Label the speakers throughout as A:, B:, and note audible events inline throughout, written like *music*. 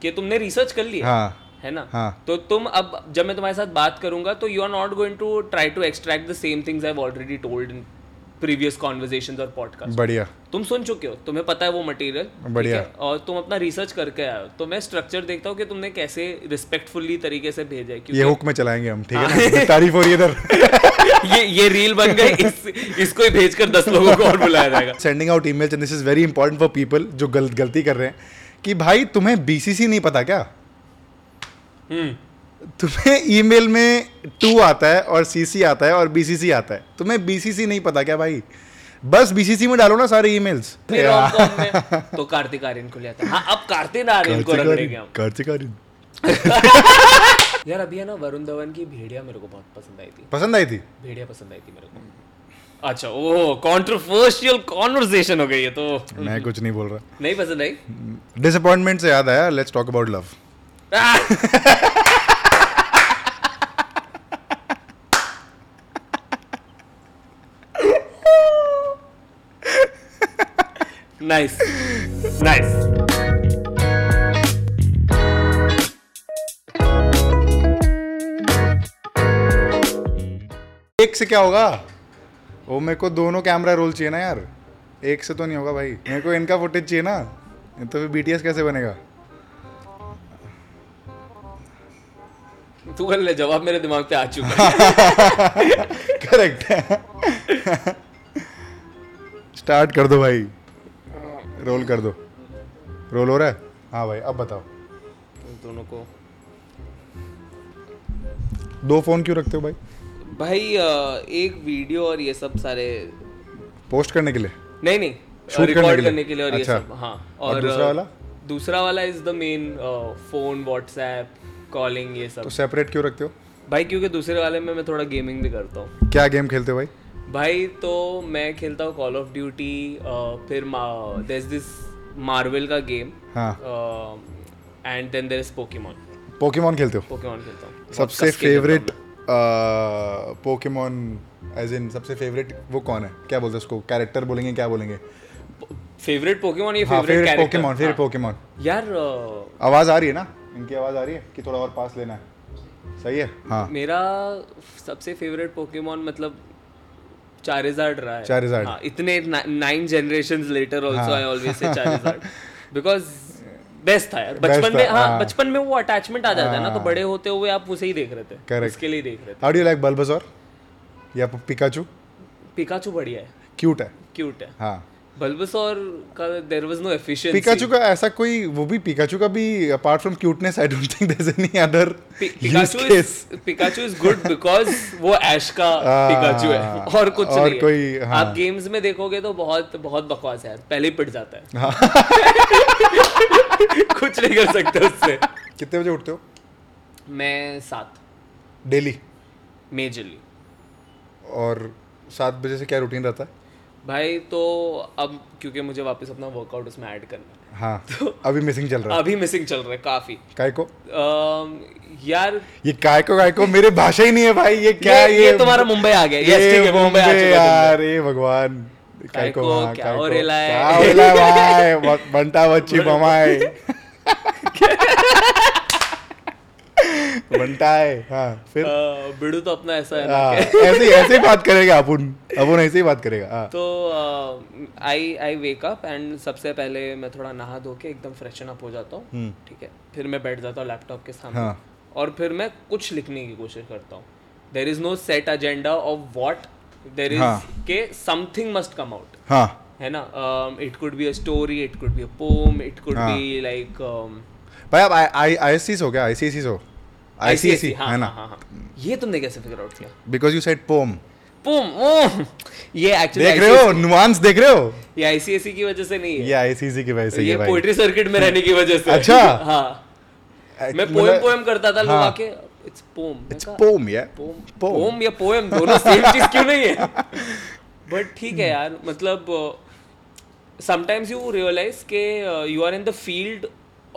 A: कि तुमने रिसर्च कर लिया
B: हाँ
A: है ना
B: हाँ।
A: तो तुम अब जब मैं तुम्हारे साथ बात करूंगा तो you are not going to try to extract the same things I have already told in previous conversation और पॉडकास्ट
B: बढ़िया
A: तुम सुन चुके हो तुम्हें पता है वो मटेरियल
B: बढ़िया।
A: और तुम अपना रिसर्च करके आए हो तो मैं स्ट्रक्चर देखता हूँ कि तुमने कैसे रिस्पेक्टफुली तरीके से भेजा है क्योंकि
B: ये हुक में चलाएंगे हम ठीक है
A: हाँ।
B: ना *laughs* तारीफ हो रही
A: *laughs*
B: है इधर
A: ये ये रील बन गई इस, इसको ही भेजकर दस लोगों को और बुलाया जाएगा
B: sending out emails and this is very important for people जो गलत गलती कर रहे हैं कि भाई तुम्हें बीसीसी नहीं पता क्या
A: हम्म
B: तुम्हें ईमेल में टू आता है और सीसी आता है और बीसीसी आता है तुम्हें बीसीसी नहीं पता क्या भाई बस बीसीसी में डालो ना सारे ईमेल्स
A: फिर rom-com में तो कार्तिक आर्यन को लिया था हाँ अब कार्तिक आर्यन को रख लेंगे हम
B: कार्तिक आर्यन
A: यार अभी है ना वरुण धवन की भेड़िया मेरे को बहुत पसंद आई थी
B: पसंद आई थी
A: भेड़िया पसंद आई थी मेरे को अच्छा ओ कंट्रोवर्शियल कॉन्वर्सेशन हो गई है तो
B: मैं कुछ नहीं बोल रहा
A: नहीं पसंद आई
B: डिसअपॉइंटमेंट से याद आया let's talk about love
A: nice nice
B: एक से क्या होगा वो मेरे को दोनों कैमरा रोल चाहिए ना यार एक से तो नहीं होगा भाई मेरे को इनका फुटेज चाहिए ना तो फिर बीटीएस कैसे बनेगा *laughs*
A: तू कर ले जवाब मेरे दिमाग पे आ चुका है
B: करेक्ट स्टार्ट कर दो भाई रोल कर दो रोल हो रहा है हाँ भाई अब बताओ
A: दोनों को
B: दो फोन क्यों रखते हो भाई
A: भाई अ, एक वीडियो और ये सब सारे
B: पोस्ट करने के लिए
A: नहीं नहीं
B: Shoot करने के
A: रिकॉर्ड
B: लिए।
A: करने के लिए और
B: अच्छा।
A: ये सब हाँ
B: और दूसरा
A: अ,
B: वाला?
A: दूसरा वाला is the main phone WhatsApp calling ये सब
B: तो सेपरेट क्यों रखते हो
A: भाई क्योंकि दूसरे वाले में मैं थोड़ा गेमिंग भी करता हूँ
B: क्या गेम खेलते हो भाई
A: भाई तो मैं खेलता हूँ कॉल ऑफ ड्यूटी फिर देर दिस मार्वल का गेम
B: हाँ
A: and then there is Pokemon
B: Pokemon खेलते हो
A: पोकेमॉन खेलता हूँ बहुत
B: सबसे
A: कस के खेलता हूँ
B: फेवरेट पोकेमॉन एज इन सबसे फेवरेट वो कौन है क्या बोलते हैं उसको कैरेक्टर बोलेंगे क्या बोलेंगे
A: मैं। फेवरेट पोकेमॉन या
B: हाँ
A: favourite
B: favourite
A: character
B: Pokemon favourite Pokemon
A: यार अ,
B: आवाज़ आ रही है ना इनकी आवाज़ आ रही है कि थोड़ा और पास लेना है सही है हाँ
A: मेरा सबसे फेवरेट पोकेमॉन मतलब चारेजार्ड रहा है
B: Charizard.
A: हाँ, इतने नाइन जनरेशन लेटर
B: हाँ।
A: Also I always say
B: *laughs*
A: Charizard because best था यार बचपन
B: था,
A: में हाँ
B: हाँ।
A: बचपन में वो अटैचमेंट आ जाता है ना तो बड़े होते हुए आप उसे ही देख रहे थे
B: Correct.
A: उसके लिए देख रहे थे
B: हाउ डू लाइक बल्बसोर या पिकाचू
A: पिकाचू बढ़िया है
B: क्यूट है
A: क्यूट है
B: हाँ
A: बल्बसॉर का there was no efficiency
B: Pikachu का ऐसा कोई वो भी पिकाचू का भी apart from cuteness I don't think there is any other use
A: Pikachu
B: case
A: is Pikachu is good because वो ऐश का
B: *laughs* हाँ,
A: पिकाचू है और कुछ
B: और
A: नहीं
B: कोई,
A: है।
B: हाँ।
A: आप गेम्स में देखोगे तो बहुत बहुत बकवास है यार पहले ही पिट जाता है
B: हाँ।
A: *laughs* कुछ नहीं कर सकते उससे
B: कितने बजे उठते हो
A: मैं सात
B: डेली
A: मेजरली
B: और सात बजे से क्या रूटीन रहता है
A: भाई तो अब क्योंकि मुझे वापस अपना वर्कआउट उसमें ऐड करना है *laughs* तो-
B: हाँ अभी मिसिंग चल रहा
A: अभी मिसिंग चल रहा है काफी
B: है कायको
A: अम, यार
B: ये कायको कायको मेरे भाषा ही नहीं है भाई ये क्या
A: ये, ये, तुम्हारा मुंबई आ गया
B: ये
A: Yes, ठीक है, मुंबई आ
B: बॉम्बे
A: चुका तुम।
B: यार ये भगवान
A: कायको,
B: हाँ,
A: क्या
B: कायको।
A: हो रेला है?
B: क्या हो रेला है भाई ब- बंटा बच्ची
A: *laughs*
B: बमाए बंटा है हाँ फिर
A: अ, बिड़ू तो अपना ऐसा है ना
B: हाँ, ऐसे ऐसे ही बात करेगा अपुन अपुन ऐसे ही बात करेगा हाँ
A: तो I I wake up and सबसे पहले मैं थोड़ा नहा धो के एकदम फ्रेशन अप हो जाता हूँ
B: हम्म।
A: ठीक है फिर मैं बैठ जाता हूँ लैपटॉप के सामने
B: हाँ।
A: और फिर मैं कुछ लिखने की कोशिश करता हूँ there is no set agenda of what there is के समथिंग मस्ट कम आउट
B: हाँ
A: है ना Um, it could be a story it could be a poem it could be
B: हाँ।
A: लाइक
B: भाई आप आई आई हो क्या आई हो आई E
A: E हाँ,
B: है ना
A: ये तुमने कैसे फिगर आउट किया
B: because you said poem
A: poem ओह ये एक्चुअली
B: देख रहे हो नुआंस देख रहे हो
A: E ये आईसीएसई की वजह से नहीं है
B: ये आई की वजह से
A: ये
B: ये भाई
A: पोएट्री सर्किट में रहने की वजह से
B: अच्छा।
A: हाँ मैं
B: मतलब-
A: पोएम पोएम करता था लोग आके it's poem
B: It's poem, yeah.
A: Poem
B: Poem.
A: Poem या पोएम दोनों सेम चीज क्यों नहीं है बट ठीक है यार मतलब uh, समटाइम्स यू रियलाइज के uh, you are in the field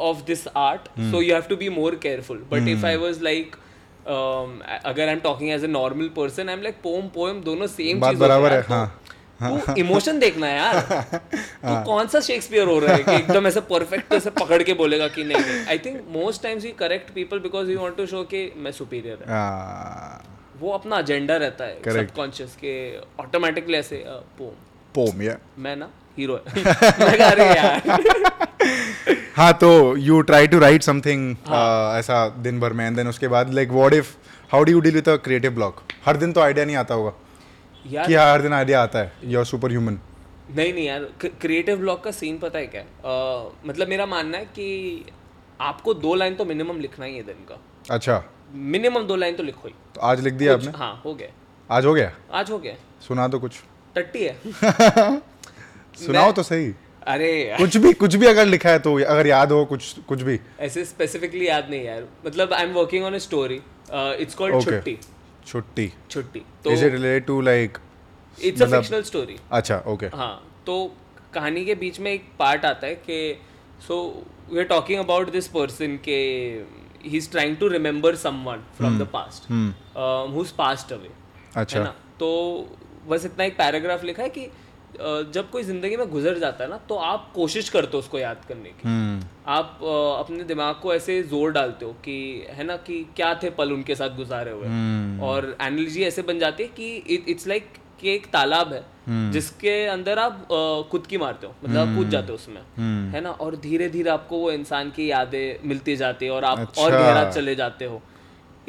A: of this art
B: Hmm.
A: So you have to be more careful but if I was like um, अगर I am talking as a normal person I am like poem poem दोनों same
B: बात
A: चीज होता
B: बराबर
A: है
B: है,
A: तो
B: हाँ।
A: तू इमोशन देखना है
B: *laughs*
A: यार तू कौन सा शेक्सपियर हो रहा है कि एकदम ऐसे परफेक्ट ऐसे पकड़ के बोलेगा कि नहीं नहीं I think most times you correct people because you want to show कि मैं सुपीरियर है
B: Ah,
A: वो अपना एजेंडा रहता है
B: Correct.
A: सबकॉन्शियस के ऑटोमेटिकली ऐसे पोम
B: पोम या
A: मैं ना हीरो है *laughs* मैं कह रही यार *laughs*
B: हाँ तो you try to write something
A: हाँ।
B: uh, ऐसा दिन भर में एंड देन उसके बाद like what if how do you deal with a creative block हर दिन तो आइडिया नहीं आता होगा
A: यार
B: कि हाँ हर दिन आइडिया आता है यू आर सुपर ह्यूमन
A: नहीं नहीं यार क्रिएटिव ब्लॉक का सीन पता है क्या है? अ, मतलब मेरा मानना है कि आपको दो लाइन तो मिनिमम लिखना ही है दिन का
B: अच्छा
A: मिनिमम दो लाइन तो लिखो ही
B: तो आज लिख दिया आपने
A: हाँ हो गया
B: आज हो गया
A: आज हो गया
B: सुना दो कुछ
A: टट्टी है *laughs*
B: सुनाओ तो सही
A: अरे यार,
B: कुछ भी कुछ भी अगर लिखा है तो अगर याद हो कुछ कुछ भी
A: ऐसे स्पेसिफिकली याद नहीं यार मतलब I am working on a story it's called
B: Okay.
A: छुट्टी
B: छुट्टी
A: छुट्टी तो
B: is it related to like
A: it's
B: मतलब
A: अ फिक्शनल स्टोरी
B: अच्छा ओके
A: हाँ तो कहानी के बीच में एक पार्ट आता है कि so we are talking about this person के he is trying to remember someone from the past
B: Hmm.
A: Who is passed away है
B: अच्छा
A: ना तो बस इतना एक पैराग्राफ लिखा है कि uh, जब कोई जिंदगी में गुजर जाता है ना तो आप कोशिश करते हो उसको याद करने की
B: हम्म
A: आप अ, अपने दिमाग को ऐसे जोर डालते हो कि है ना कि क्या थे पल उनके साथ गुजारे हुए और एनर्जी ऐसे बन जाती है कि इट्स लाइक कि एक तालाब है जिसके अंदर आप अ, खुद की मारते हो मतलब आप कूद जाते हो उसमें है ना और धीरे धीरे आपको वो इंसान की यादें मिलती जाती है और आप और
B: अच्छा।
A: गहरा चले जाते हो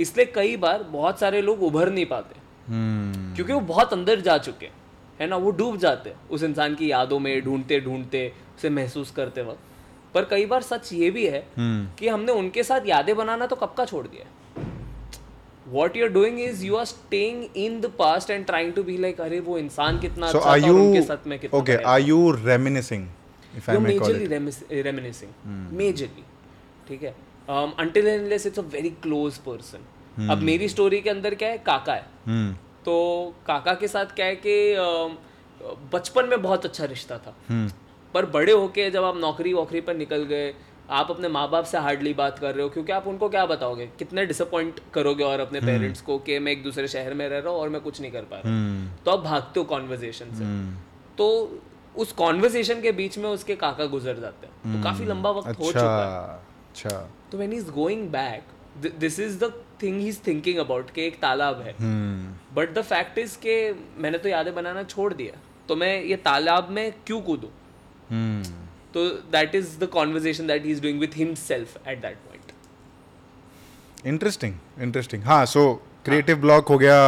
A: इसलिए कई बार बहुत सारे लोग उभर नहीं पाते
B: हम्म
A: क्योंकि वो बहुत अंदर जा चुके हैं, है ना वो डूब जाते हैं उस इंसान की यादों में ढूंढते ढूंढते उसे महसूस करते वक्त पर कई बार सच ये भी है
B: हम्म
A: कि हमने उनके साथ यादें बनाना तो कब का छोड़ दिया what you are doing is you are staying in the past and trying to be like अरे वो इंसान कितना
B: सो
A: अच्छा
B: आर
A: था और उनके
B: यू
A: साथ मैं कितना
B: okay are you reminiscing if I may call
A: majorly reminiscing majorly ठीक है Um, until unless it's a very close person अब मेरी स्टोरी के अंदर क्या है काका है
B: हम्म
A: तो काका के साथ क्या है कि अम, बचपन में बहुत अच्छा रिश्ता था
B: हम्म,
A: पर बड़े होके जब आप नौकरी वोकरी पर निकल गए आप अपने माँ बाप से हार्डली बात कर रहे हो क्योंकि आप उनको क्या बताओगे कितने डिसअपॉइंट करोगे और अपने पेरेंट्स को कि मैं एक दूसरे शहर में रह रहा हूँ और मैं कुछ नहीं कर पा रहा
B: हम्म
A: तो आप भागते हो कॉन्वर्जेशन से
B: हम्म
A: तो उस कॉन्वर्जेशन के बीच में उसके काका गुजर जाते हैं तो काफी लंबा वक्त हो
B: अच्छा
A: चुका है
B: अच्छा
A: तो when is going back this is the thing he is thinking about कि एक तालाब है
B: हम्म
A: बट द फैक्ट इज के मैंने तो यादें बनाना छोड़ दिया तो मैं ये तालाब में क्यों कूदूं
B: हम्म
A: तो that is the conversation that he is doing with himself at that point
B: interesting interesting हाँ सो क्रिएटिव ब्लॉक हो गया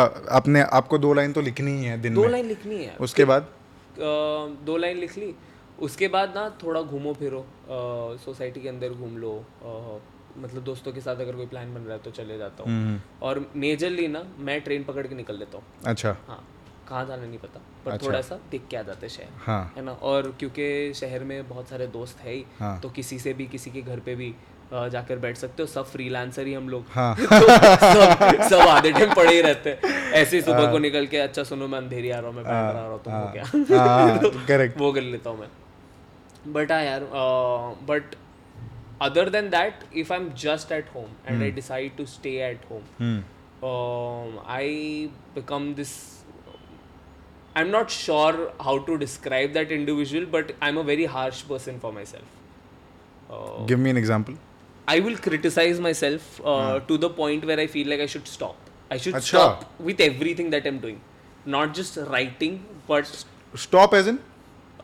B: आपने आपको दो लाइन तो लिखनी ही है दिन
A: दो
B: में
A: लाइन लिखनी है अ,
B: उसके बाद
A: दो लाइन लिख ली उसके बाद ना थोड़ा घूमो फिरो सोसाइटी के अंदर घूम लो अ, मतलब दोस्तों के साथ अगर कोई प्लान बन रहा है तो चले जाता हूँ
B: हम्म
A: और मेजरली ना मैं ट्रेन पकड़ के निकल लेता हूँ
B: अच्छा
A: हाँ कहाँ जाना नहीं पता पर थोड़ा सा देख के आ जाते हैं शहर
B: हाँ
A: है ना और क्योंकि शहर में बहुत सारे दोस्त है ही
B: हाँ।
A: तो किसी से भी किसी के घर पे भी अ, जाकर बैठ सकते हो सब फ्रीलांसर ही हम लोग
B: हाँ।
A: तो *laughs* सब सब आधे टाइम पड़े ही रहते हैं ऐसे ही
B: हाँ।
A: सुबह को निकल के अच्छा सुनो मैं अंधेरी आ रहा हूँ मैं बैठ रहा हूँ तुम हो क्या *laughs*
B: हाँ करेक्ट
A: वो कर लेता हूँ मैं बट हाँ यार but other than that if I am just at home and I decide to stay at home I become this I am not sure how to describe that individual but I am a very harsh person for my self
B: give me an example
A: I will criticise my self to the point where I feel like I should stop I should
B: अच्छा।
A: Stop with everything that I am doing not just writing but
B: stop as in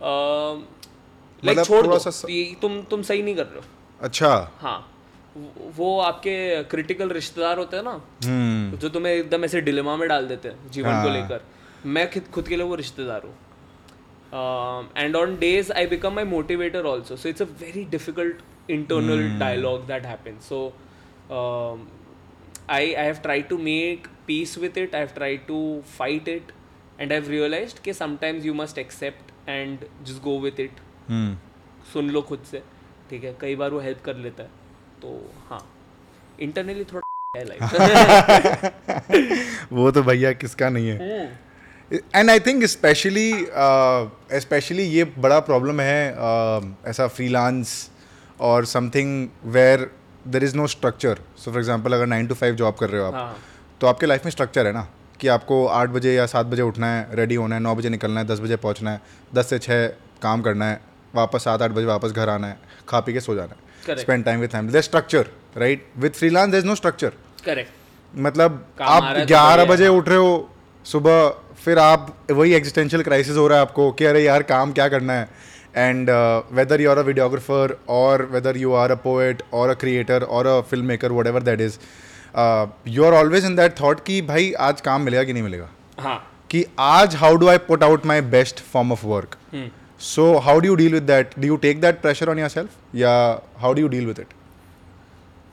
A: like
B: मतलब
A: छोड़
B: थोड़ा
A: दो
B: सा स-
A: ये तुम तुम सही नहीं कर रहे हो
B: अच्छा
A: हाँ वो- वो आपके क्रिटिकल रिश्तेदार होते हैं ना
B: हम्म
A: जो तुम्हें एकदम ऐसे डिलेमा में डाल देते हैं जीवन को
B: हाँ।
A: लेकर मैं खुद खुद के लिए वो रिश्तेदार हूँ and on days I become my motivator also so it's a very difficult internal dialogue that happen so um, I I have try to make peace with it I have try to fight it and I have realise कि sometimes you must accept and just go with it
B: हम्म
A: सुन लो खुद से ठीक है कई बार वो हेल्प कर लेता है तो हाँ इंटरनली थोड़ा *laughs* है लाइफ
B: वो तो भैया किसका नहीं है and I think specially specially uh, ये बड़ा प्रॉब्लम है uh, ऐसा फ्रीलांस और something where there is no structure so for example अगर नाइन टू फाइव जॉब कर रहे हो आप
A: हाँ
B: तो आपके लाइफ में स्ट्रक्चर है ना कि आपको आठ बजे या सात बजे उठना है रेडी होना है नौ बजे निकलना है दस बजे पहुंचना है दस से छः काम करना है वापस सात आठ बजे वापस घर आना है खा पी के सो जाना है
A: Correct.
B: Spend time with family there structure right with freelance there is no structure
A: correct
B: मतलब
A: काम आ
B: आप
A: रहा है तो
B: ग्यारह
A: बढ़िया
B: बजे उठ रहे हो सुबह फिर आप वही एग्जिस्टेंशियल क्राइसिस हो रहा है आपको कि अरे यार काम क्या करना है uh, and whether you are a videographer और whether you are a poet और अ क्रिएटर और a film maker whatever that is you are always in that thought कि भाई आज काम मिलेगा कि नहीं मिलेगा
A: हाँ
B: कि आज how do I put out my best form of work
A: hmm,
B: so how do you deal with that do you take that pressure on yourself या how do you deal with it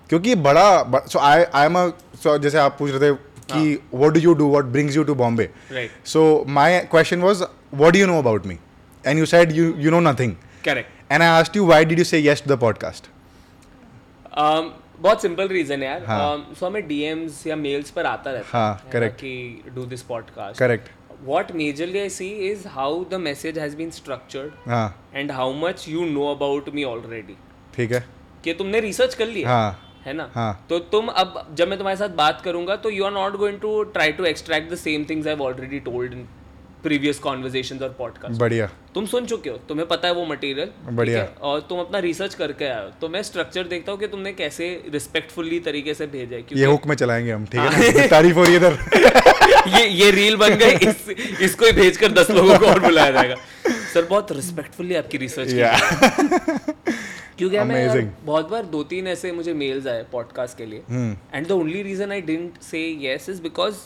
B: क्योंकि ये बड़ा so I I am so जैसे आप पूछ रहे थे कि what do you do what brings you to Bombay
A: right
B: so my question was what you know about me and you said you you know nothing
A: correct
B: and I asked you why did you say yes to the podcast
A: Um, बहुत simple reason है यार
B: हाँ.
A: Um, so हमें DMs या mails पर आता रहता
B: हाँ,
A: है ना
B: correct.
A: कि do this podcast
B: correct
A: what majorly i see is how the message has been structured
B: हाँ
A: and how much you know about me already
B: ठीक है
A: कि तुमने रिसर्च कर लिया
B: हाँ
A: है ना
B: हाँ
A: तो तुम अब जब मैं तुम्हारे साथ बात करूंगा तो you are not going to try to extract the same things I already told in previous conversation और पॉडकास्ट
B: बढ़िया
A: तुम सुन चुके हो तुम्हें पता है वो मटेरियल
B: बढ़िया।
A: और तुम अपना रिसर्च करके आए हो तो मैं स्ट्रक्चर देखता हूँ कि तुमने कैसे रिस्पेक्टफुली तरीके से भेजा है
B: ये हुक में चलाएंगे हम ठीक है ना? *laughs* तारीफ हो रही है इधर
A: ये ये रील बन
B: *laughs*
A: गई इस, इसको ही भेजकर दस लोगों को और बुलाया जाएगा सर बहुत रिस्पेक्टफुली आपकी रिसर्च की
B: Yeah.
A: क्योंकि हमें यार
B: Amazing.
A: बहुत बार दो तीन ऐसे मुझे मेल्स आए पॉडकास्ट के लिए
B: Hmm.
A: And the only reason I didn't say yes is because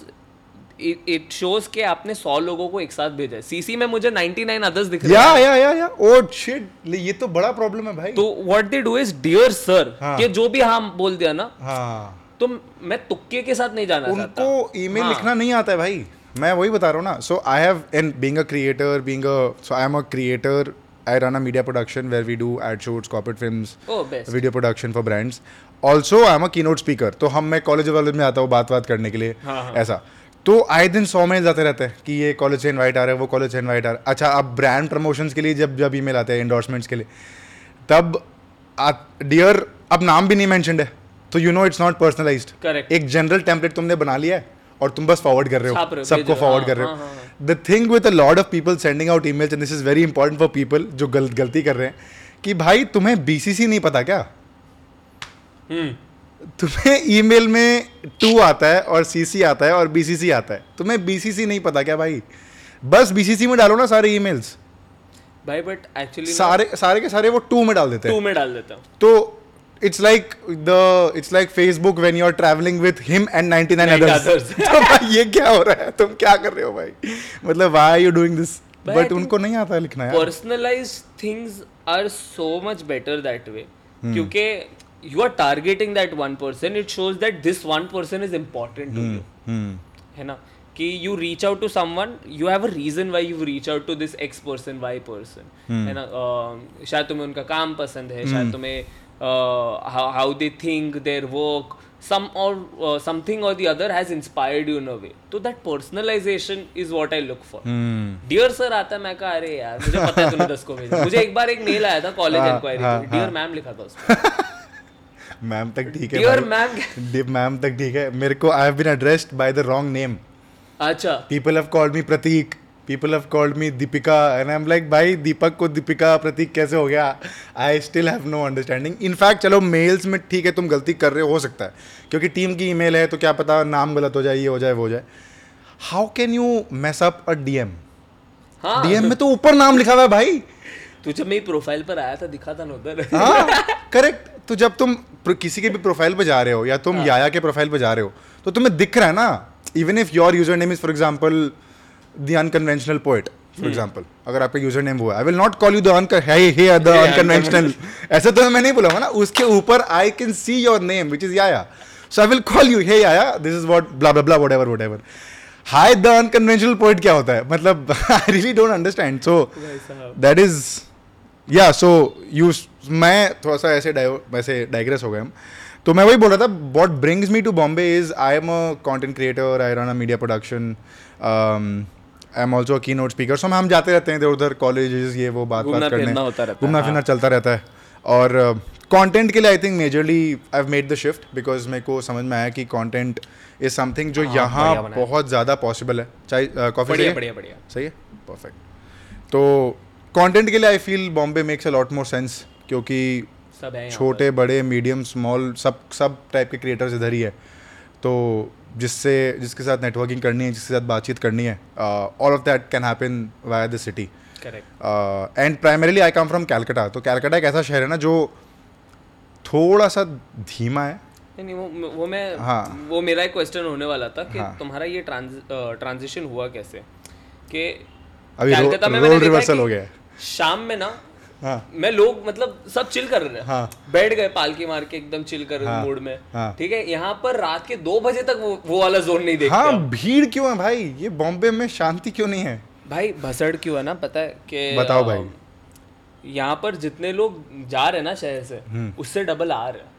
A: it shows कि आपने सौ लोगों को एक साथ भेजा है सीसी में मुझे 99 अदर्स दिख रहे
B: या
A: हैं
B: या या या ओ शिट Oh, ये तो बड़ा प्रॉब्लम है भाई
A: तो what they do is dear sir
B: हाँ.
A: कि जो भी हाँ बोल दिया ना
B: हाँ
A: तो मैं तुक्के के साथ नहीं जाना हाँ। चाहता
B: उनको ईमेल लिखना नहीं आता है भाई मैं वही बता रहा हूँ ना so I have and being a creator being a so I am a creator I run a media production where we do ad shoots corporate films
A: O best
B: video production for brands also I am a keynote speaker तो हम मैं college वाले में आता हूँ बात बात करने के लिए
A: हाँ, हाँ।
B: ऐसा तो आए दिन सौ मेल जाते रहते हैं कि ये कॉलेज से इनवाइट आ रहा है वो कॉलेज से इनवाइट आ रहा है अच्छा अब ब्रांड प्रमोशंस के लिए जब जब ईमेल आते हैं इंडोर्समेंट्स के लिए तब डियर अब नाम भी नहीं मैंशनड है तो you know it's not personalized
A: correct
B: एक जनरल टेम्पलेट तुमने बना लिया है और तुम बस फॉरवर्ड कर रहे
A: छाप रहे
B: हो
A: हो, भेज
B: सबको
A: रहे हो,
B: फॉरवर्ड
A: हाँ,
B: कर रहे
A: हाँ,
B: हो the thing with a lot of people sending out emails and this is very important for people जो गलत गलती कर रहे हैं कि भाई तुम्हें बीसीसी नहीं पता क्या तुम्हें ईमेल में टू आता है और सीसी आता है और बीसीसी आता है तुम्हें बीसीसी नहीं पता क्या भाई बस बीसीसी में डालो ना सारे ईमेल्स
A: भाई बट एक्चुअली
B: सारे सारे के सारे वो टू में डाल देते हैं
A: टू में डाल देता हूँ
B: तो it's like the it's like Facebook when you are travelling with him and 99
A: Nine
B: others
A: others.
B: *laughs* तो भाई ये क्या हो रहा है तुम क्या कर रहे हो भाई मतलब why are you doing this
A: But I
B: but
A: think-
B: उनको नहीं आता लिखना यार
A: personalized things are so much better that way क्योंकि you are targeting that one person it shows that this one person is important to you
B: Hmm.
A: है ना कि you reach out to someone you have a reason why you reach out to this x person y person है ना अ, शायद तुम्हें उनका काम पसंद है शायद तुम्हें uh, how how they think their work some or uh, something or the other has inspired you in a way तो that personalization is what I look for dear sir आता है, मैं कहा अरे यार मुझे पता है तूने दस को भेजा मुझे एक बार एक मेल आया था कॉलेज इंक्वायरी में डियर मैम लिखा था उसमें
B: मैम तक ठीक है
A: डियर
B: भाई।
A: मैम
B: Dear मैम तक ठीक है मेरे को I have been addressed by the wrong name
A: अच्छा
B: people have called me Prateek people have called me Deepika and I am like भाई दीपक को दीपिका प्रतीक कैसे हो गया I still have no understanding in fact चलो मेल्स में ठीक है तुम गलती कर रहे हो हो सकता है क्योंकि टीम की ईमेल है तो क्या पता नाम गलत हो जाए ये हो जाए वो हो जाए how can you mess up a DM
A: हाँ
B: डीएम में तो ऊपर नाम लिखा हुआ है भाई
A: तुझे मेरी प्रोफाइल पर आया था दिखा था ना उधर
B: हाँ करेक्ट तो जब तुम प्र- किसी के भी प्रोफाइल पे जा रहे हो या तुम याया के प्रोफाइल पे जा रहे हो तो तुम्हें दिख रहा है ना even if your user name is for example the unconventional poet for example अगर आपका यूजर नेम वो है I will not call you the unconventional ऐसे तो मैं नहीं बोला ना उसके ऊपर I can see your name which is Yahya so I will call you hey Yahya this is what blah blah blah whatever whatever hi the unconventional poet क्या होता है मतलब *laughs* आई रियली डोंट अंडरस्टैंड सो
A: तो भाई साहब
B: that is yeah so you मैं थोड़ा सा ऐसे डाइव- वैसे डाइग्रेस हो गए हम तो मैं वही बोल रहा था what brings me to Bombay is I am a content creator I run a media production um, I am also keynote speaker so हम जाते रहते हैं इधर उधर कॉलेज ये वो बात
A: घूमना
B: बात करने
A: फिरना होता रहता है,
B: घूमना
A: हाँ।
B: फिरना चलता रहता है और कंटेंट के लिए I think majorly I have made the shift because मेरे को समझ में आया कि कंटेंट इज समथिंग जो
A: हाँ,
B: यहाँ
A: बढ़िया बनाया।
B: बहुत ज़्यादा पॉसिबल है uh, चाहे कॉफी
A: बढ़िया बढ़िया बढ़िया
B: सही है परफेक्ट तो कंटेंट के लिए I feel Bombay makes a lot more sense क्योंकि
A: सब है यहाँ
B: छोटे बड़े मीडियम स्मॉल सब सब टाइप के क्रिएटर्स इधर ही है तो जिससे जिसके साथ नेटवर्किंग करनी है जिसके साथ बातचीत करनी है uh, all of that can happen via the city
A: पर। Correct
B: and primarily I come from Calcutta तो कैलकाटा एक ऐसा शहर है ना जो थोड़ा सा धीमा है
A: नहीं नहीं, वो वो मैं
B: हाँ।
A: वो मेरा एक क्वेश्चन होने वाला था कि
B: हाँ।
A: तुम्हारा ये ट्रांजिशन हुआ कैसे कि
B: अभी रो-
A: कलकत्ता में
B: role
A: मैंने देखा है
B: reversal
A: कि
B: हो गया है।
A: शाम में ना
B: हाँ
A: मैं लोग मतलब सब चिल कर रहे हैं
B: हाँ।
A: बैठ गए पालकी मार के एकदम चिल कर
B: हाँ,
A: मूड में
B: हाँ।
A: ठीक है यहाँ पर रात के दो बजे तक वो वो वाला जोन नहीं देखते
B: हाँ भीड़ क्यों है भाई ये बॉम्बे में शांति क्यों नहीं है
A: भाई भसड़ क्यों है ना पता है कि
B: बताओ
A: अ,
B: भाई।
A: यहाँ पर जितने लोग जा रहे हैं ना शहर से
B: हम्म।
A: उससे डबल आ रहे हैं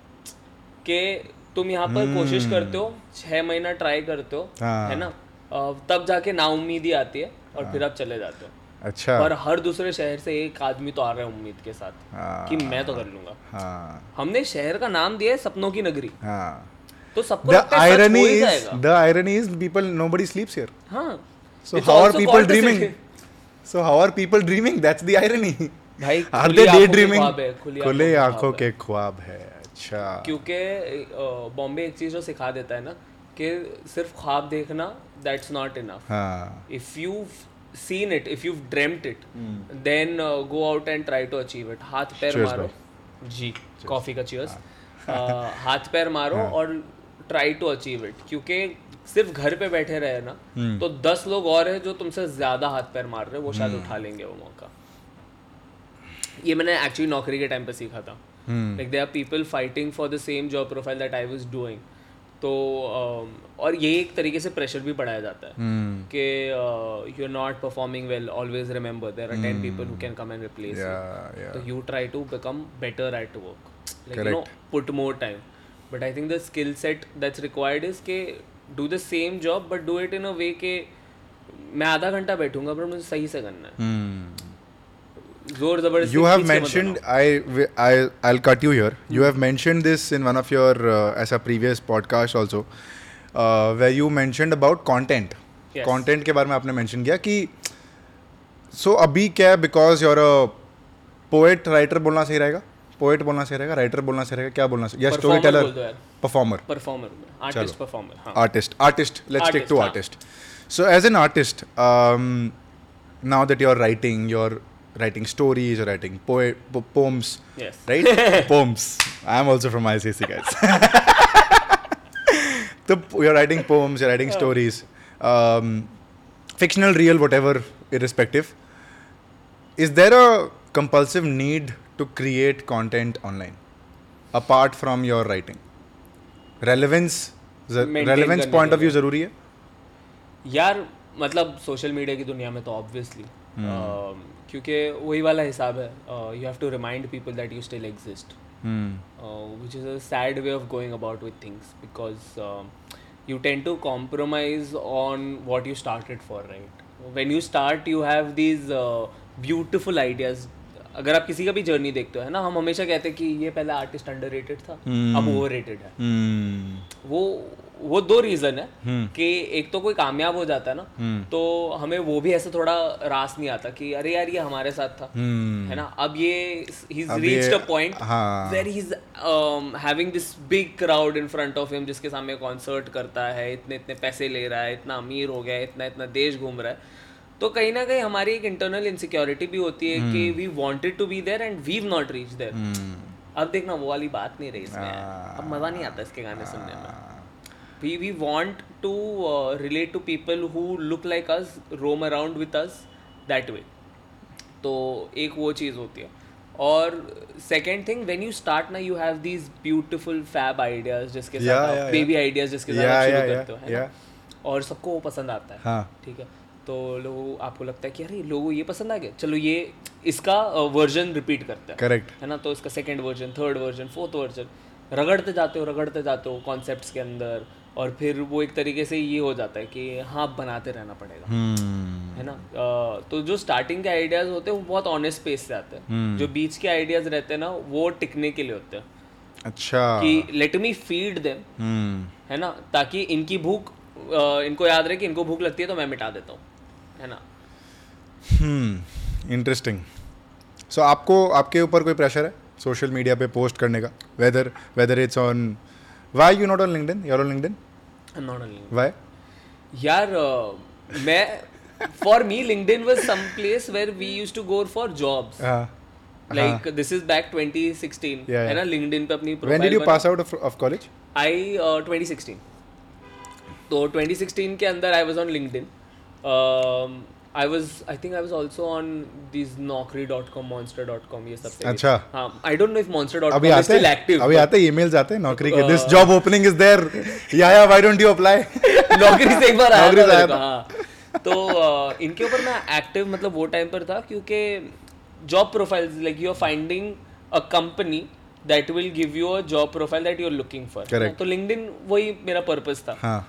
A: कि तुम यहाँ पर कोशिश करते हो छह महीना ट्राई करते हो
B: हम्म। हाँ।
A: है ना अ, तब जाके नाउमीदी आती है और फिर आप चले जाते हो
B: अच्छा
A: और हर दूसरे शहर से एक आदमी तो आ रहा है उम्मीद के साथ
B: हाँ
A: कि मैं तो कर लूंगा
B: हाँ
A: हमने शहर का नाम दिया है सपनों की नगरी
B: हाँ
A: तो सबको
B: the
A: लगता है सच
B: irony
A: हो ही
B: is
A: जाएगा
B: the irony is people nobody sleeps here
A: हाँ
B: so
A: It's
B: how are
A: also
B: people
A: called the
B: dreaming
A: city.
B: so how are people dreaming that's the irony
A: भाई
B: are
A: खुली
B: they
A: आंखों के
B: daydreaming
A: ख्वाब है, खुली आंखों के ख्वाब है।
B: खुले आंखों के ख्वाब है अच्छा
A: क्योंकि अ, बॉम्बे एक चीज जो सिखा देता है ना कि सिर्फ ख्वाब देखना दैट्स नॉट इनफ
B: हाँ
A: if you seen it if you dreamed it then go out and try to achieve it हाथ पैर
B: Cheers,
A: मारो जी कॉफी का चीयर्स *laughs* हाथ पैर मारो और ट्राई टू अचीव इट क्योंकि सिर्फ घर पे बैठे रहे ना तो दस लोग और हैं जो तुमसे ज्यादा हाथ पैर मार रहे हैं, वो शायद उठा लेंगे वो मौका ये मैंने एक्चुअली नौकरी के टाइम पे सीखा था like they are people fighting for the same job profile that I was doing तो um, और ये एक तरीके से प्रेशर भी बढ़ाया जाता है कि uh, you are not performing well always remember there are 10 people who can come and replace
B: Hmm. yeah yeah
A: तो you try to become better at work like you know put more time but I think the skill set that's required is के do the same job but do it in a way के मैं आधा घंटा बैठूंगा पर मुझे सही से करना है
B: हम्म।
A: जोर जबरदस्ती
B: you have
A: खींच के मत
B: mentioned I, wi- I i'll cut you here you have mentioned this in one of your uh, as a previous podcast also uh, where you mentioned about content
A: Yes.
B: content के बारे में आपने mention किया कि so अभी क्या है because you're a poet writer बोलना सही रहेगा पोएट बोलना सही रहेगा राइटर बोलना सही रहेगा क्या बोलना सही या
A: Performer
B: स्टोरी टेलर
A: बोल दो यार।
B: परफॉर्मर
A: परफॉर्मर में आर्टिस्ट परफॉर्मर हाँ
B: artist artist let's stick
A: Artist,
B: to
A: हाँ.
B: artist so as an artist um, now that you're writing you're writing stories you're writing poe- po- poems
A: Yes.
B: right poems i'm also from icc guys *laughs* the, you're writing poems you're writing stories um, fictional real whatever irrespective is there a compulsive need to create content online apart from your writing relevance
A: Maintain
B: relevance
A: करने
B: point
A: के
B: of view जरूरी है
A: यार मतलब social media की दुनिया में तो ऑब्वियसली क्योंकि वही वाला हिसाब है you have to remind people that you still exist
B: Hmm.
A: which is a sad way of going about with things because um, you tend to compromise on what you started for right when you start you have these uh, beautiful ideas अगर आप किसी का भी journey देखते हो है ना हम हमेशा कहते हैं कि ये पहले आर्टिस्ट अंडररेटेड था अब ओवररेटेड है
B: Hmm.
A: वो वो दो रीजन है
B: हम्म।
A: कि एक तो कोई कामयाब हो जाता है ना तो हमें वो भी ऐसे थोड़ा रास नहीं आता कि अरे यार ये हमारे साथ था
B: Hmm.
A: है ना अब ये ही
B: हम्म। अब ये-
A: रीच्ड अ पॉइंट
B: हाँ
A: where he's um, having this big crowd in front of him जिसके सामने कॉन्सर्ट करता है इतने इतने पैसे ले रहा है इतना अमीर हो गया है इतना इतना देश घूम रहा है तो कहीं ना कहीं हमारी एक इंटरनल इनसिक्योरिटी भी होती है कि
B: हम्म।
A: We wanted to be there and we not reach there अब देखना वो वाली बात नहीं रही इसमें
B: हाँ।
A: अब मज़ा नहीं आता इसके गाने सुनने में we we want to uh, relate to people who look like us roam around with us that way तो एक वो चीज़ होती है और second thing when you start ना you have these beautiful fab ideas जिसके
B: Yeah,
A: साथ
B: yeah,
A: आप बेबी आइडियाज जिसके साथ
B: Yeah,
A: आप शुरू
B: yeah,
A: करते हो
B: yeah,
A: है ना? और सबको वो पसंद आता है
B: हाँ
A: ठीक है तो लोगों आपको लगता है कि अरे लोगों ये पसंद आ गया चलो ये इसका वर्जन रिपीट करते हैं
B: करेक्ट
A: है ना तो इसका second version third version fourth version रगड़ते जाते हो रगड़ते जाते हो कॉन्सेप्ट्स
B: Hmm.
A: के अंदर और फिर वो एक तरीके से ये हो जाता है कि हाँ बनाते रहना पड़ेगा है ना अ, तो जो स्टार्टिंग के आइडियाज होते हैं वो बहुत ऑनेस्ट स्पेस से आते हैं जो बीच के आइडियाज रहते हैं ना वो टिकने के लिए होते हैं
B: अच्छा
A: कि let me feed them
B: hmm
A: है ना ताकि इनकी भूख अ, इनको याद रहे कि इनको भूख लगती है तो मैं मिटा देता हूँ है ना
B: हम्म इंटरेस्टिंग सो आपको आपके ऊपर कोई प्रेशर है सोशल मीडिया पे पोस्ट करने का whether whether it's on why you not on LinkedIn your on LinkedIn
A: not only
B: why
A: यार अ, मैं for me LinkedIn was some place where we used to go for jobs
B: why
A: like this is back 2016
B: हाँ। Yeah,
A: है ना
B: yeah.
A: LinkedIn पे अपनी
B: when did
A: profile
B: you pass out of college
A: I 2016 तो 2016 के अंदर I was on LinkedIn Um, I was I think I was also on this naukri.com monster.com ये सब से भी।
B: अच्छा।
A: हाँ I don't know if monster.com
B: अभी
A: is
B: आते
A: still
B: हैं
A: active Uh,
B: अभी आते हैं ईमेल्स आते हैं नौकरी के this job opening is there या why don't you
A: *laughs*
B: apply
A: Naukri से एक बार आया
B: नौकरी
A: था
B: से आया
A: मेरे को, हाँ तो अ, इनके ऊपर मैं एक्टिव मतलब वो टाइम पर था क्योंकि job profiles like you are finding a company that will give you a job profile that you are looking for
B: Correct.
A: तो लिंक्डइन वही मेरा पर्पस था
B: हाँ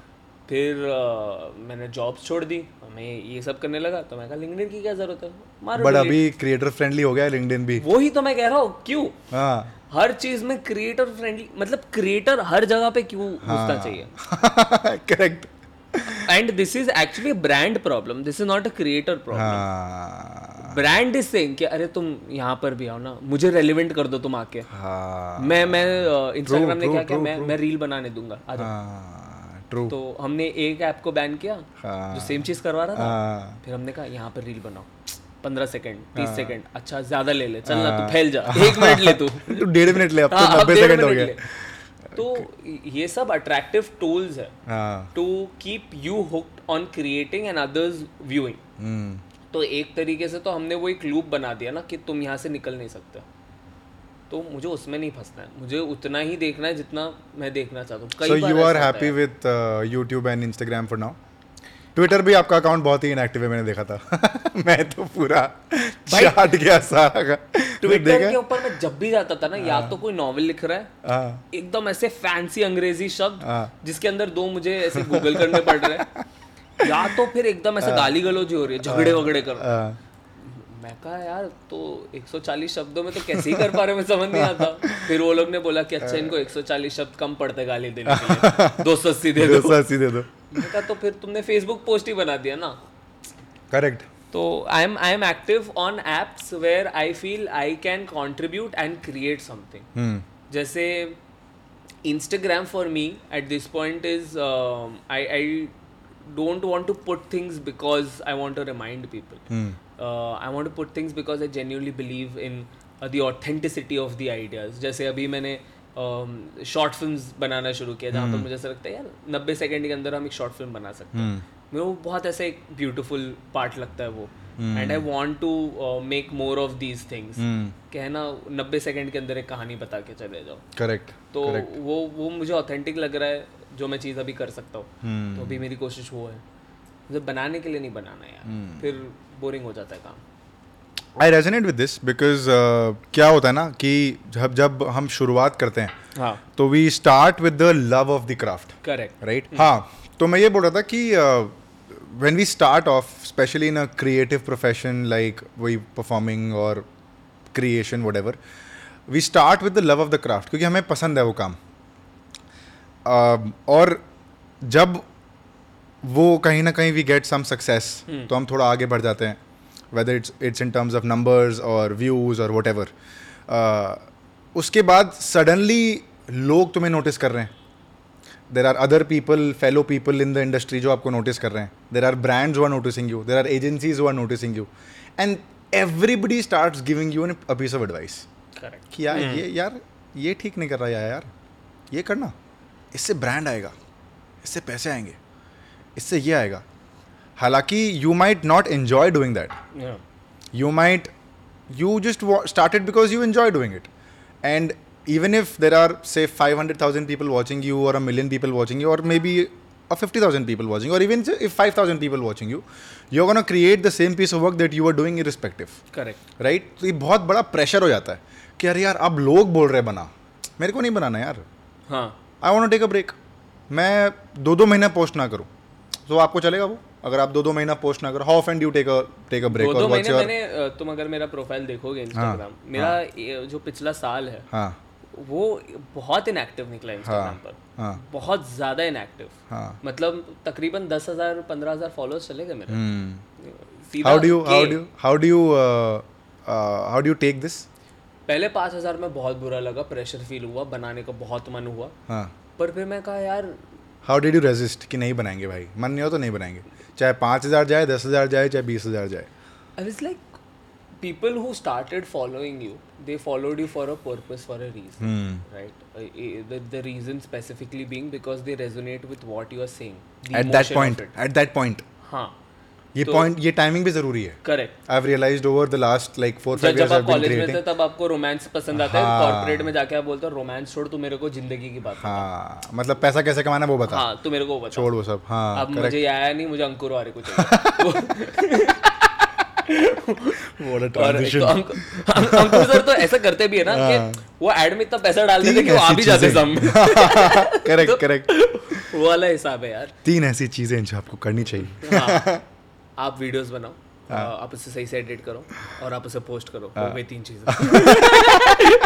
A: फिर अ, मैंने जॉब छोड़ दी मैं ये सब करने लगा तो मैं कहा लिंक्डइन की क्या जरूरत है मारो
B: बट
A: delete."
B: अभी क्रिएटर फ्रेंडली हो गया है लिंक्डइन भी
A: वो ही तो मैं कह रहा हूँ क्यों
B: हाँ *laughs*
A: हर चीज में क्रिएटर फ्रेंडली मतलब क्रिएटर हर जगह पे क्यों
B: हाँ।
A: घुसना चाहिए
B: correct
A: and this is actually a brand problem this is not a creator problem
B: हाँ
A: brand is saying कि अरे तुम यहाँ पर भी आओ ना मुझे relevant कर दो तुम आके
B: हाँ
A: मैं मैं uh, Instagram ने
B: true,
A: क्या किया
B: true, हाँ,
A: मैं मैं रील बनाने दूंगा आ जाओ
B: ट्रू
A: तो हमने एक ऐप को बैन किया
B: हाँ।
A: जो सेम चीज करवा रहा था
B: हाँ
A: फिर हमने कहा यहाँ पर रील बनाओ पंद्रह सेकंड तीस सेकंड अच्छा ज्यादा ले ले चल ना तू फैल जा एक मिनट ले तू
B: तू डेढ़ मिनट ले हाँ। अब तो
A: हाँ, अब
B: नब्बे
A: डेढ़
B: सेकंड हो
A: मिनट
B: गया
A: ले। तो ये सब अट्रैक्टिव टूल्स है
B: हाँ
A: to keep you hooked on creating and others viewing
B: hmm,
A: तो एक तरीके से तो हमने वो एक लूप बना दिया ना कि तुम यहाँ से निकल नहीं सकते तो मुझे उसमें नहीं फंसना है मुझे उतना ही देखना है जितना मैं देखना चाहता हूँ
B: so
A: कई बार
B: you are
A: ऐसा होता
B: happy with uh, YouTube and Instagram for now Twitter भी आपका अकाउंट बहुत ही इनएक्टिव है मैंने देखा था *laughs* मैं तो पूरा चाट गया सारा का
A: है। ट्विटर के ऊपर मैं जब भी जाता था ना या तो कोई नॉवल लिख रहा है
B: हाँ
A: एकदम ऐसे फैंसी अंग्रेजी शब्द
B: हाँ।
A: जिसके अंदर दो मुझे ऐसे गूगल करने पड़ रहे हैं या तो फिर एकदम ऐसे गाली गलोजी हो रही है झगड़े वगड़े कर
B: हाँ,
A: मैं कहा यार तो 140 शब्दों में तो कैसे ही कर पा रहे मैं समझ नहीं आता फिर वो लोग ने बोला कि अच्छा इनको 140 शब्द कम पड़ते गाली देने के लिए दो सौ अस्सी
B: *laughs*
A: दे दो
B: दो सौ अस्सी दे दो
A: मैं कहा तो फिर तुमने फेसबुक पोस्ट ही बना दिया ना
B: करेक्ट
A: तो I am I am active on apps where I feel I can contribute and create something जैसे Instagram for me at this point is I I don't want to put things because I want to remind people I want to put things because I genuinely believe in the authenticity of the ideas जैसे अभी मैंने short film बनाना शुरू किया जहाँ पर मुझे ऐसा लगता है यार नब्बे सेकेंड के अंदर हम एक शॉर्ट फिल्म बना सकते हैं मेरे को बहुत ऐसा एक ब्यूटिफुल पार्ट लगता है वो and I want to make more of these things कहना नब्बे सेकंड के अंदर एक कहानी बता के चले जाओ
B: करेक्ट
A: तो वो वो मुझे ऑथेंटिक लग रहा है जो मैं चीज़ अभी कर सकता हूँ तो अभी मेरी कोशिश वो है मुझे बनाने के लिए नहीं बनाना है यार फिर बोरिंग हो जाता है काम
B: I resonate with this because uh, क्या होता है ना कि जब जब हम शुरुआत करते हैं
A: हाँ
B: तो we start with the love of the craft
A: correct
B: right हाँ तो मैं ये बोल रहा था कि when we start off specially in a creative profession like वही परफॉर्मिंग और creation whatever we start with the love of the craft क्योंकि हमें पसंद है वो काम अ, और जब वो कहीं ना कहीं वी गेट सम सक्सेस तो हम थोड़ा आगे बढ़ जाते हैं whether it's it's in terms of numbers और व्यूज़ और वट एवर उसके बाद सडनली लोग तुम्हें नोटिस कर रहे हैं there are other people fellow people in the industry जो आपको नोटिस कर रहे हैं there are brands are noticing you there are agencies are noticing you and everybody start giving you a piece of advice
A: correct
B: कि यार ये यार ये ठीक नहीं कर रहा है यार ये करना इससे ब्रांड आएगा इससे पैसे आएंगे इससे ये आएगा हालांकि you might not enjoy doing that you might you just wa- started because you enjoy doing it and even if there are say 500000 people watching you or a million people watching you or maybe a 50000 people watching you, or even if 5000 people watching you you're going to create the same piece of work that you were doing irrespective
A: correct
B: right तो ये बहुत बड़ा pressure हो जाता है कि अरे यार अब लोग बोल रहे हैं बना मेरे को नहीं बनाना यार
A: हाँ
B: I want take a break मैं दो दो महीना पोस्ट ना करूँ तो आपको चलेगा वो अगर आप दो दो महीना पोस्ट ना करो how often do take a take a
A: दो
B: ब्रेक
A: दो
B: और व्हाट्स
A: महीने
B: योर
A: मैंने अ, तुम अगर मेरा प्रोफाइल देखोगे इंस्टाग्राम मेरा ये जो पिछला साल है
B: हाँ
A: वो बहुत इनएक्टिव निकला इंस्टाग्राम पर
B: हाँ
A: बहुत ज्यादा इनएक्टिव
B: हाँ
A: मतलब तकरीबन दस हजार पंद्रह हजार फॉलोअर्स चले गए मेरे
B: हम्म।
A: सीधा
B: how do you
A: K।
B: How do how do you uh, how do you take this
A: पहले पाँच हजार में बहुत बुरा लगा प्रेशर फील हुआ बनाने का बहुत मन हुआ
B: हाँ
A: पर फिर मैं कहा यार
B: हाउ डिड यू रेजिस्ट कि नहीं बनाएंगे भाई मन नहीं हो तो नहीं बनाएंगे चाहे पाँच हज़ार जाए दस हज़ार जाए चाहे बीस हज़ार जाए
A: I was like people who started following you they followed you for a purpose for a reason
B: Hmm.
A: right Uh, i- the, the reason specifically being because they resonate with what you are saying the
B: at that
A: emotion of
B: point
A: it.
B: at that point
A: हाँ
B: ये point ये timing भी जरूरी है
A: correct
B: I have realised over the last like four
A: जब
B: five
A: जब
B: years
A: आप
B: been
A: college में थे
B: क्रिएटिंग
A: तब आपको रोमांस पसंद आता है
B: हाँ।
A: कॉर्पोरेट में जाके आप बोलते हो रोमांस छोड़ तू मेरे को जिंदगी की बात
B: हाँ मतलब पैसा कैसे कमाना है वो बता
A: हाँ तू मेरे को वो बता
B: छोड़ वो सब हाँ
A: अब मुझे ये आया नहीं मुझे अंकुर वारे को
B: *laughs*
A: चाहिए *laughs*
B: व्हाट अ
A: और एक तो
B: *laughs* ट्रांजिशन
A: अंक- अंक- अंकुर सर तो ऐसा करते भी है ना कि वो एड में इतना पैसा डाल देते
B: तीन
A: कि वो आ
B: हाँ। ऐसी
A: भी जाते
B: चीजें।
A: सम में। तो-
B: करेक्ट करेक्ट
A: वो वाला हिसाब है यार
B: तीन ऐसी चीजें जो आपको करनी चाहिए *laughs*
A: हाँ, आप वीडियोस बनाओ
B: हाँ।
A: अ, आप उसे सही से एडिट करो और आप उसे पोस्ट करो हो गई तीन चीजें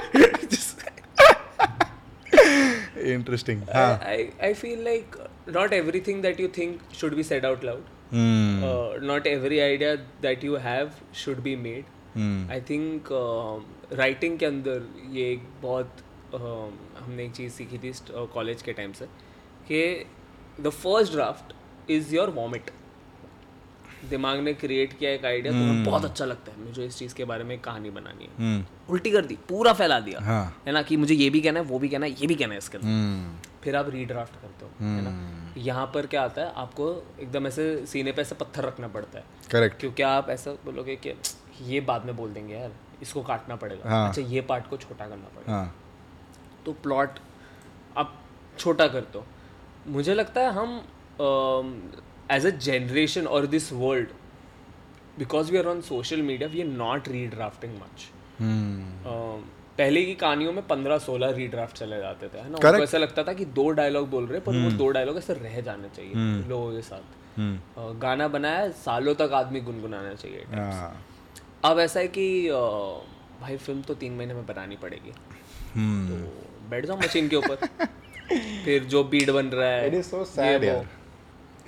B: इंटरेस्टिंग हाँ
A: I I feel like not everything that you think should be said out loud
B: hmm
A: not every idea that you have should be
B: hmm,
A: made I think writing um, के अंदर ये एक बहुत uh, हमने एक चीज़ सीखी थी कॉलेज के टाइम से कि the first draft is your vomit दिमाग ने क्रिएट किया एक आइडिया तुम्हें बहुत अच्छा लगता है मुझे इस चीज़ के बारे में एक कहानी बनानी है
B: हम्म
A: उल्टी कर दी पूरा फैला दिया
B: हाँ
A: है ना कि मुझे ये भी कहना है वो भी कहना है ये भी कहना है इसके अंदर
B: हम्म
A: फिर आप रीड्राफ्ट करते हो है ना यहाँ पर क्या आता है आपको एकदम ऐसे सीने पे ऐसे पत्थर रखना पड़ता है
B: करेक्ट
A: क्योंकि आप ऐसा बोलोगे कि ये बाद में बोल देंगे यार इसको काटना पड़ेगा
B: हाँ।
A: अच्छा ये पार्ट को छोटा करना पड़ेगा
B: हाँ
A: तो प्लॉट आप छोटा कर दो मुझे लगता है हम एज अ जनरेशन और this world because we are on social media we are not redrafting much
B: hmm
A: um, पहले की कहानियों में पंद्रह सोलह रीड्राफ्ट चले जाते थे है ना
B: Correct.
A: उनको ऐसा लगता था कि दो डायलॉग बोल रहे हैं, पर वो दो डायलॉग ऐसे रह जाने चाहिए लोगों के साथ
B: हम्म
A: अ, गाना बनाया सालों तक आदमी गुनगुनाना चाहिए
B: हाँ
A: अब ऐसा है कि अ, भाई फिल्म तो तीन महीने में बनानी पड़ेगी
B: हम्म
A: तो बैठ जाओ मशीन के
B: *laughs*
A: ऊपर फिर जो बीट बन रहा
B: It
A: है
B: is so sad, yeah.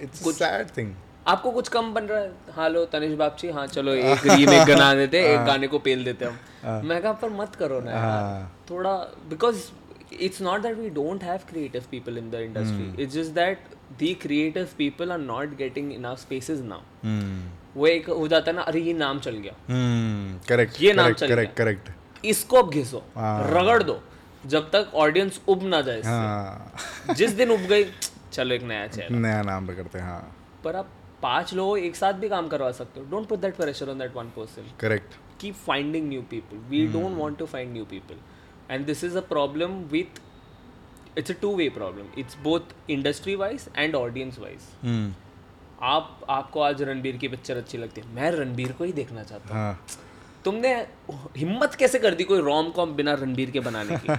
B: It's a sad thing.
A: आपको कुछ कम बन रहा है हाँ लो तनिष बापची हाँ चलो एक रीमेक बना देते हैं, एक गाने को पेल देते हैं हम मैं कहा पर मत करो ना यार थोड़ा because it's not that we don't have creative people in the industry it's just that the creative people are not getting enough spaces now
B: Hmm.
A: वो एक हो जाता है ना अरे ये नाम चल गया
B: Hmm. Correct.
A: ये नाम
B: correct,
A: चल
B: correct, correct.
A: इसको अब घिसो रगड़ दो जब तक ऑडियंस उब ना जाए इससे।
B: हाँ
A: जिस दिन उब गई चलो एक नया चेहरा
B: नया नाम पकड़ते हैं हाँ
A: पर आप पांच लोगों एक साथ भी काम करवा सकते हो don't put that pressure on that one person
B: correct
A: keep finding new people. We
B: Hmm.
A: don't want to find new people. And this is a problem with it's a two way problem. It's both industry wise and audience wise. आप आपको आज रणबीर की picture अच्छी लगती है मैं रणबीर को ही देखना चाहता हूँ
B: हाँ
A: तुमने हिम्मत कैसे कर दी कोई रोम कॉम बिना रणबीर के बनाने
B: *laughs*
A: की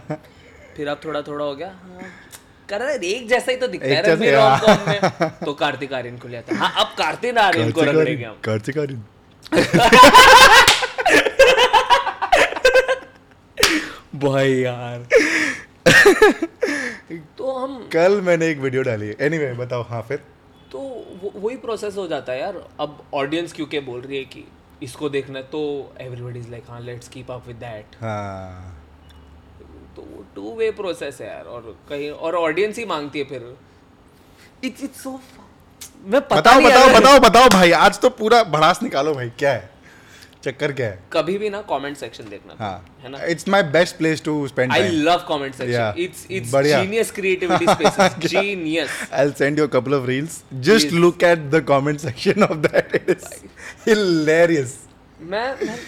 A: फिर आप थोड़ा थोड़ा हो गया हाँ कर रहा है, एक जैसा ही तो दिखता है
B: एक जैसा- हाँ।
A: रणबीर रोम कॉम में तो कार्तिक आर्यन को ले आता है। हाँ अब कार्तिक आर्यन को
B: कार्तिक
A: रगड़ेंगे
B: आर्यन
A: हम
B: कार्तिक आर्यन
A: हम्म। भाई यार *laughs* तो हम
B: कल मैंने एक वीडियो डाली है एनीवे anyway, बताओ हाँ फिर
A: तो वो- वही प्रोसेस हो जाता है यार अब ऑडियंस क्योंकि बोल रही है कि इसको देखना है तो एवरीबडी इज लाइक हाँ let's keep up with that
B: हाँ
A: तो वो टू वे प्रोसेस है यार और कहीं और ऑडियंस ही मांगती है फिर इट्स इट्स सो मैं पता
B: बताओ
A: नहीं
B: बताओ
A: अगर-
B: बताओ बताओ भाई आज तो पूरा भड़ास निकालो भाई क्या है चक्कर क्या है
A: कभी भी ना कमेंट सेक्शन देखना है ना
B: हाँ it's my best place to spend
A: I
B: time
A: love comment section
B: Yeah.
A: It's it's
B: बढ़िया।
A: Genius creativity
B: *laughs*
A: spaces genius
B: I'll send you a couple of reels. Just
A: Please.
B: look at the comment section of that. *laughs* It is hilarious.
A: मैं मैं-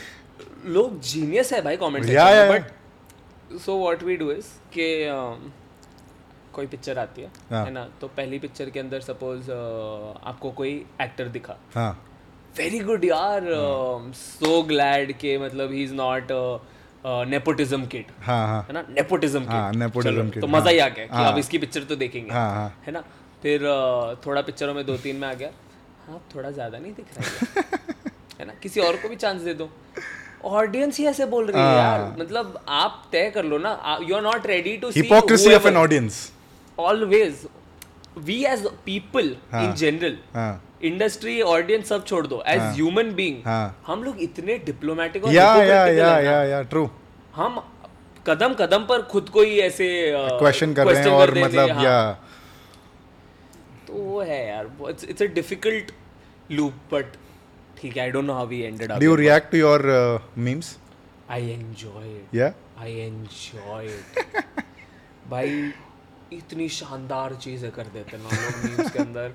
A: लोग genius है भाई comment
B: Yeah,
A: section
B: yeah,
A: में but so what we do is के um, कोई picture आती है
B: हाँ.
A: है ना तो पहली पिक्चर के अंदर सपोज आपको कोई एक्टर दिखा
B: हाँ
A: वेरी गुड यार um, सो ग्लैड के मतलब ही इज नॉट नेपोटिज्म किड
B: हाँ हाँ
A: है ना नेपोटिज्म
B: हाँ,
A: किड
B: nepotism
A: चलो
B: kid,
A: तो मजा ही आ
B: हाँ.
A: गया कि अब इसकी पिक्चर तो देखेंगे
B: हाँ हाँ
A: है ना फिर अ, थोड़ा पिक्चरों में दो तीन में आ गया हाँ थोड़ा ज़्यादा नहीं दिख रहा
B: *laughs*
A: है है ना किसी और को भी चांस दे दो ऑडियंस ही ऐसे बोल रही
B: हाँ।
A: है यार मतलब आप तय कर लो ना you are not ready to
B: hypocrisy of an audience
A: always we as people in general
B: हाँ
A: इंडस्ट्री ऑडियंस सब छोड़ दो एज ह्यूमन बीइंग
B: हाँ।
A: हम लोग इतने डिप्लोमेटिक और
B: या या
A: hypocritical
B: या
A: हैं ना,
B: या या ट्रू
A: हम कदम कदम पर खुद को ही ऐसे अ,
B: क्वेश्चन कर रहे हैं
A: question
B: और
A: देते
B: मतलब
A: हाँ।
B: या
A: तो वो है यार it's a difficult loop but ठीक है I don't know how we ended
B: do you react to your memes
A: I enjoy it
B: या
A: आई एंजॉय
B: *laughs*
A: इट भाई इतनी शानदार चीज़ें कर देते हैं ना लोग memes के अंदर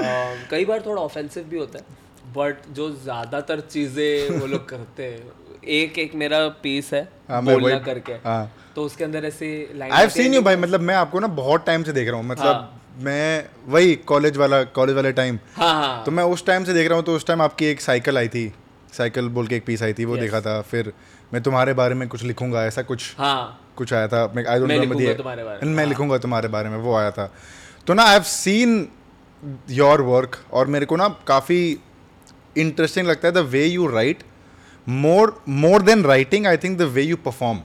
A: अम, कई बार थोड़ा ऑफेंसिव भी होता है बट जो ज़्यादातर चीज़ें वो
B: *laughs*
A: लोग करते हैं एक एक मेरा पीस है
B: हाँ, मैं
A: बोलना
B: वही-
A: करके
B: हाँ।
A: तो उसके अंदर ऐसे line
B: I have seen you भाई मतलब मैं आपको ना बहुत टाइम से देख रहा हूँ मतलब मैं वही कॉलेज वाला कॉलेज वाले टाइम
A: हाँ हाँ
B: तो मैं उस टाइम से देख रहा हूँ तो उस टाइम आपकी एक साइकिल आई थी साइकिल बोल के एक पीस आई थी वो देखा था फिर मैं तुम्हारे बारे में कुछ लिखूंगा ऐसा कुछ
A: हाँ
B: कुछ आया था मैं आई डोंट
A: मैं
B: रिमेंबर
A: लिखूंगा
B: द
A: तुम्हारे बारे हाँ।
B: एंड मैं लिखूंगा तुम्हारे बारे में वो आया था तो ना I have seen your work और मेरे को ना काफ़ी इंटरेस्टिंग लगता है the way you write more more than writing I think the way you perform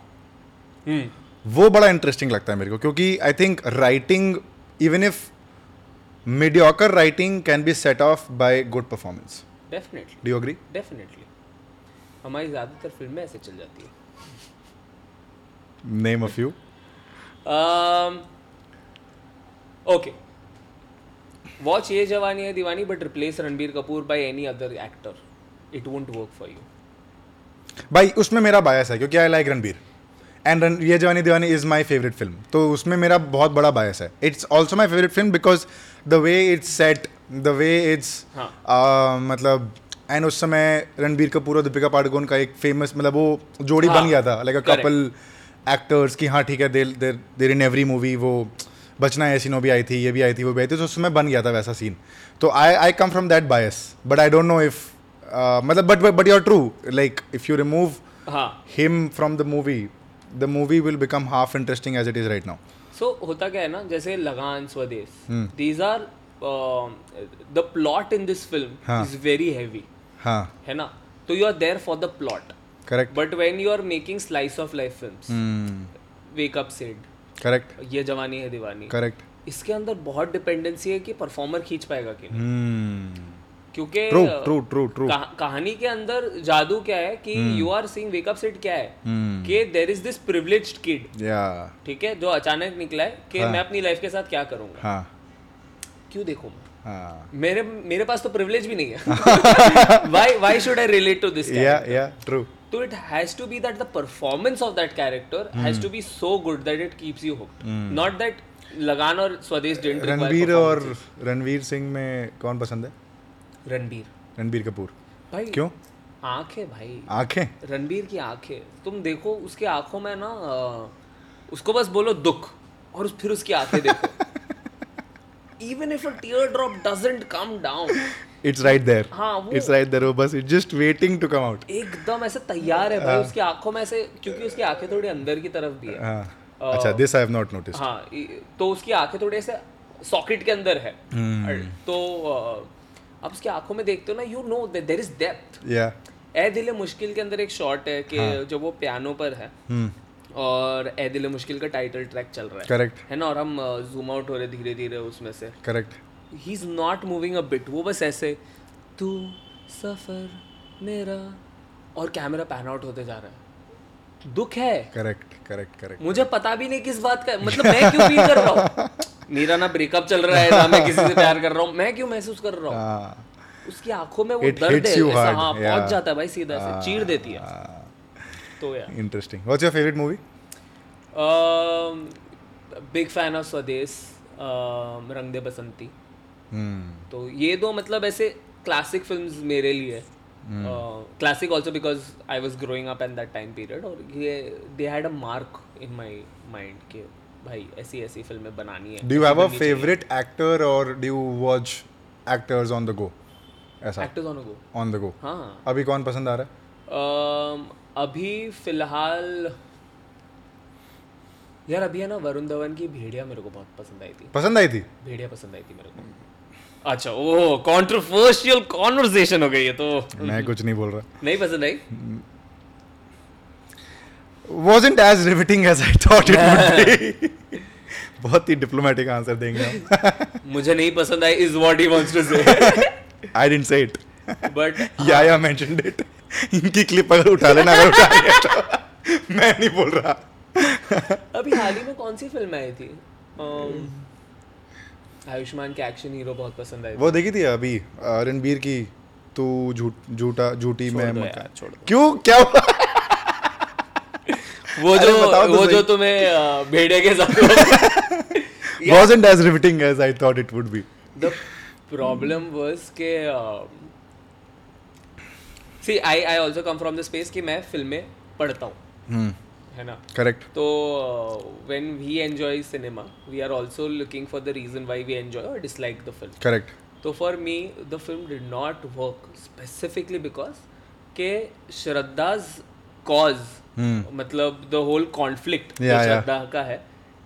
A: हम्म,
B: वो बड़ा इंटरेस्टिंग लगता है मेरे को क्योंकि I think writing even if mediocre writing can be set off by good performance
A: definitely
B: do agree
A: definitely हमारी ज़्यादातर फिल्में ऐसे चल जाती है
B: name of you
A: Um, okay. Watch Ye Jawani Hai Diwani but replace Ranbir Kapoor by any other actor. It won't work for you.
B: भाई उसमें मेरा बायस है क्योंकि आई लाइक रणबीर एंड रन Yeh Jawaani Deewani is my favourite film तो उसमें मेरा बहुत बड़ा बायस है it's also my favourite film because the way it's set the way it's
A: हाँ।
B: मतलब एंड उस समय रणबीर कपूर और दीपिका पाडुकोन का एक फेमस मतलब वो जोड़ी
A: हाँ,
B: बन गया था like a
A: correct.
B: Couple actors की हाँ ठीक है there there in every movie वो बचना है सीनो भी आई थी ये भी आई थी वो भी आई थी तो उस समय बन गया था वैसा सीन तो I I come from that bias but I don't know if मतलब but but you are true like if you remove
A: हाँ
B: him from the movie the movie will become half interesting as it is right now
A: so होता क्या है ना जैसे Lagaan Swades these are the plot in this film is very heavy
B: हाँ
A: है ना तो you are there for the plot
B: correct
A: but when you are making slice of life films
B: Hmm.
A: Wake up Sid
B: correct
A: Yeh Jawaani Hai Deewani
B: correct
A: इसके अंदर बहुत dependency है कि performer खींच पाएगा कि नहीं
B: hmm.
A: क्योंकि
B: true true true true Hmm.
A: कहा- कहानी के अंदर जादू क्या है कि you are seeing Wake Up Sid क्या है कि there is this privileged kid
B: yeah
A: ठीक है जो अचानक निकला है कि मैं अपनी लाइफ के साथ क्या करूंगा
B: हाँ
A: क्यों देखूं मैं?
B: हाँ
A: मेरे मेरे पास तो प्रिविलेज भी नहीं
B: *laughs*
A: है *laughs* why why should I relate to this
B: yeah yeah true
A: तो it has to be that the performance of that character
B: Hmm.
A: Has to be so good that it keeps you hooked not that Lagaan और स्वदेश didn't
B: Ranveer और रणवीर सिंह में कौन पसंद है
A: रणबीर
B: रणबीर कपूर
A: भाई
B: क्यों
A: आंखें भाई
B: आंखें
A: रणबीर की आंखें तुम देखो उसकी आंखों में ना अ, उसको बस बोलो दुख और उस, फिर उसकी आंखें देखो
B: *laughs*
A: even if a tier drop doesn't come down
B: it's right there
A: हाँ वो
B: it's right there वो बस it's just waiting to come out
A: एकदम ऐसे तैयार है भाई उसकी आंखों में ऐसे क्योंकि उसकी आंखें थोड़ी अंदर की तरफ भी है
B: हाँ
A: Uh,
B: अच्छा this I have not noticed
A: हाँ इ- तो उसकी आंखें थोड़ी ऐसे सॉकेट के अंदर है तो अ, आप उसकी आंखों में देखते हो ना you know there is depth
B: yeah
A: Ae Dil Mushkil के अंदर एक शॉट है कि जब वो पियानो पर है और ए दिल मुश्किल का टाइटल ट्रैक चल रहा है
B: correct
A: है ना और हम जूम आउट हो रहे धीरे धीरे उसमें से
B: correct
A: ही is not moving a bit वो बस ऐसे तू सफर मेरा और कैमरा पैन आउट होते जा रहा है दुख है
B: correct correct correct
A: मुझे पता भी नहीं किस बात का मतलब मैं क्यों फील कर रहा *laughs* हूँ मेरा ना ब्रेकअप चल रहा है ना मैं किसी से प्यार कर रहा हूँ मैं क्यों महसूस कर रहा हूँ
B: हाँ
A: उसकी आंखों में वो
B: It
A: दर्द
B: hits
A: है
B: you
A: ऐसा,
B: hard,
A: हाँ
B: yeah.
A: पहुंच जाता है भाई सीधा से चीर देती है
B: हाँ
A: तो यार
B: Interesting. What's your favorite movie? हाँ।
A: Big fan of Swades um, Rang De Basanti
B: Hmm.
A: तो ये दो मतलब ऐसे क्लासिक फिल्म्स मेरे लिए Uh, classic also because I was growing up at that time period और ये they had a mark in my mind के भाई ऐसी ऐसी फिल्में बनानी है
B: Do you have a favorite actor or do you watch actors on the go? ऐसा
A: actors on go
B: on the go.
A: हाँ
B: अभी कौन पसंद आ रहा है?
A: um, अभी फिलहाल यार अभी है ना वरुण धवन की भेड़िया मेरे को बहुत पसंद आई थी
B: पसंद आई थी?
A: भेड़िया पसंद आई थी मेरे को अच्छा ओ कंट्रोवर्शियल कॉन्वर्सेशन हो गई है तो
B: मैं कुछ नहीं बोल रहा
A: नहीं पसंद आई
B: wasn't as riveting as I thought it would
A: *laughs*
B: be *laughs* बहुत ही diplomatic answer देंगे हम *laughs*
A: मुझे नहीं पसंद आई is what he wants to say
B: I didn't say it
A: but
B: Yaya mentioned it इनकी clip अगर उठा लेना अगर उठा लिया तो मैं नहीं बोल रहा
A: अभी हाल ही में कौन सी फिल्म आई थी Um, आयुष्मान के एक्शन हीरो बहुत पसंद आई थी।
B: वो देखी थी अभी अ, रणबीर की तू झूठ झूठा झूठी
A: छोड़
B: मैं
A: दो
B: मका-
A: यार, छोड़ दो।
B: क्यों
A: *laughs*
B: क्या हुआ
A: वो
B: अरे
A: जो
B: बताओ तो
A: वो
B: सही।
A: जो तुम्हें अ, भेड़े के
B: *laughs*
A: साथ
B: wasn't as riveting as I thought it would be
A: the problem was के see I I also come from the space कि मैं फिल्में पढ़ता हूँ है ना
B: Hmm, correct
A: तो when we enjoy cinema we are also looking for the reason why we enjoy और डिसलाइक द फिल्म
B: correct
A: तो for me the film did not work specifically because के श्रद्धाज कॉज मतलब the whole conflict
B: Hmm. Yeah, yeah.
A: Shraddha का है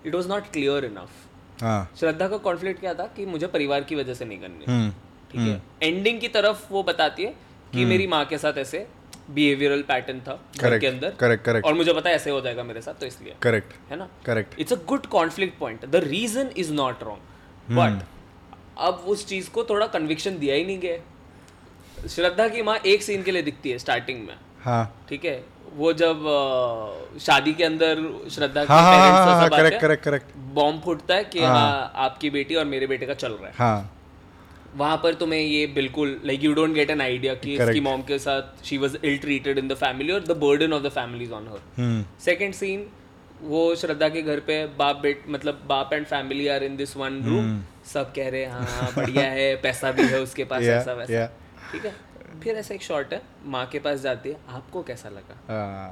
A: it was not clear enough
B: हाँ
A: श्रद्धा का conflict क्या था कि मुझे परिवार की वजह से नहीं करनी
B: हम्म
A: ठीक है एंडिंग की तरफ वो बताती है कि
B: Hmm.
A: मेरी माँ के साथ ऐसे बिहेवियरल पैटर्न था घर के अंदर
B: correct correct correct
A: और मुझे पता है ऐसे हो जाएगा मेरे साथ तो इसलिए
B: correct
A: है ना
B: correct
A: it's a good conflict point the reason is not wrong but
B: Hmm.
A: अब उस चीज को थोड़ा कन्विक्शन दिया ही नहीं गया है। श्रद्धा की माँ एक सीन के लिए दिखती है स्टार्टिंग में
B: हाँ
A: ठीक है वो जब अ, शादी के अंदर श्रद्धा के
B: हाँ हाँ हाँ हाँ हाँ
A: parents
B: correct correct correct
A: bomb फूटता है कि हाँ आपकी बेटी और मेरे बेटे का चल रहा है
B: हाँ
A: वहां पर तुम्हें ये बिल्कुल like you don't get an idea कि इसकी मॉम के साथ she was ill treated in the family और the burden of the family is on her
B: hmm
A: second scene वो श्रद्धा के घर पे बाप बेट मतलब बाप and family are in this one room सब कह रहे हैं हाँ हाँ, बढ़िया है पैसा भी है उसके पास
B: Hmm. Yeah,
A: ऐसा वैसा
B: yeah.
A: ठीक है फिर ऐसा एक शॉर्ट है माँ के पास जाती है आपको कैसा लगा
B: हाँ,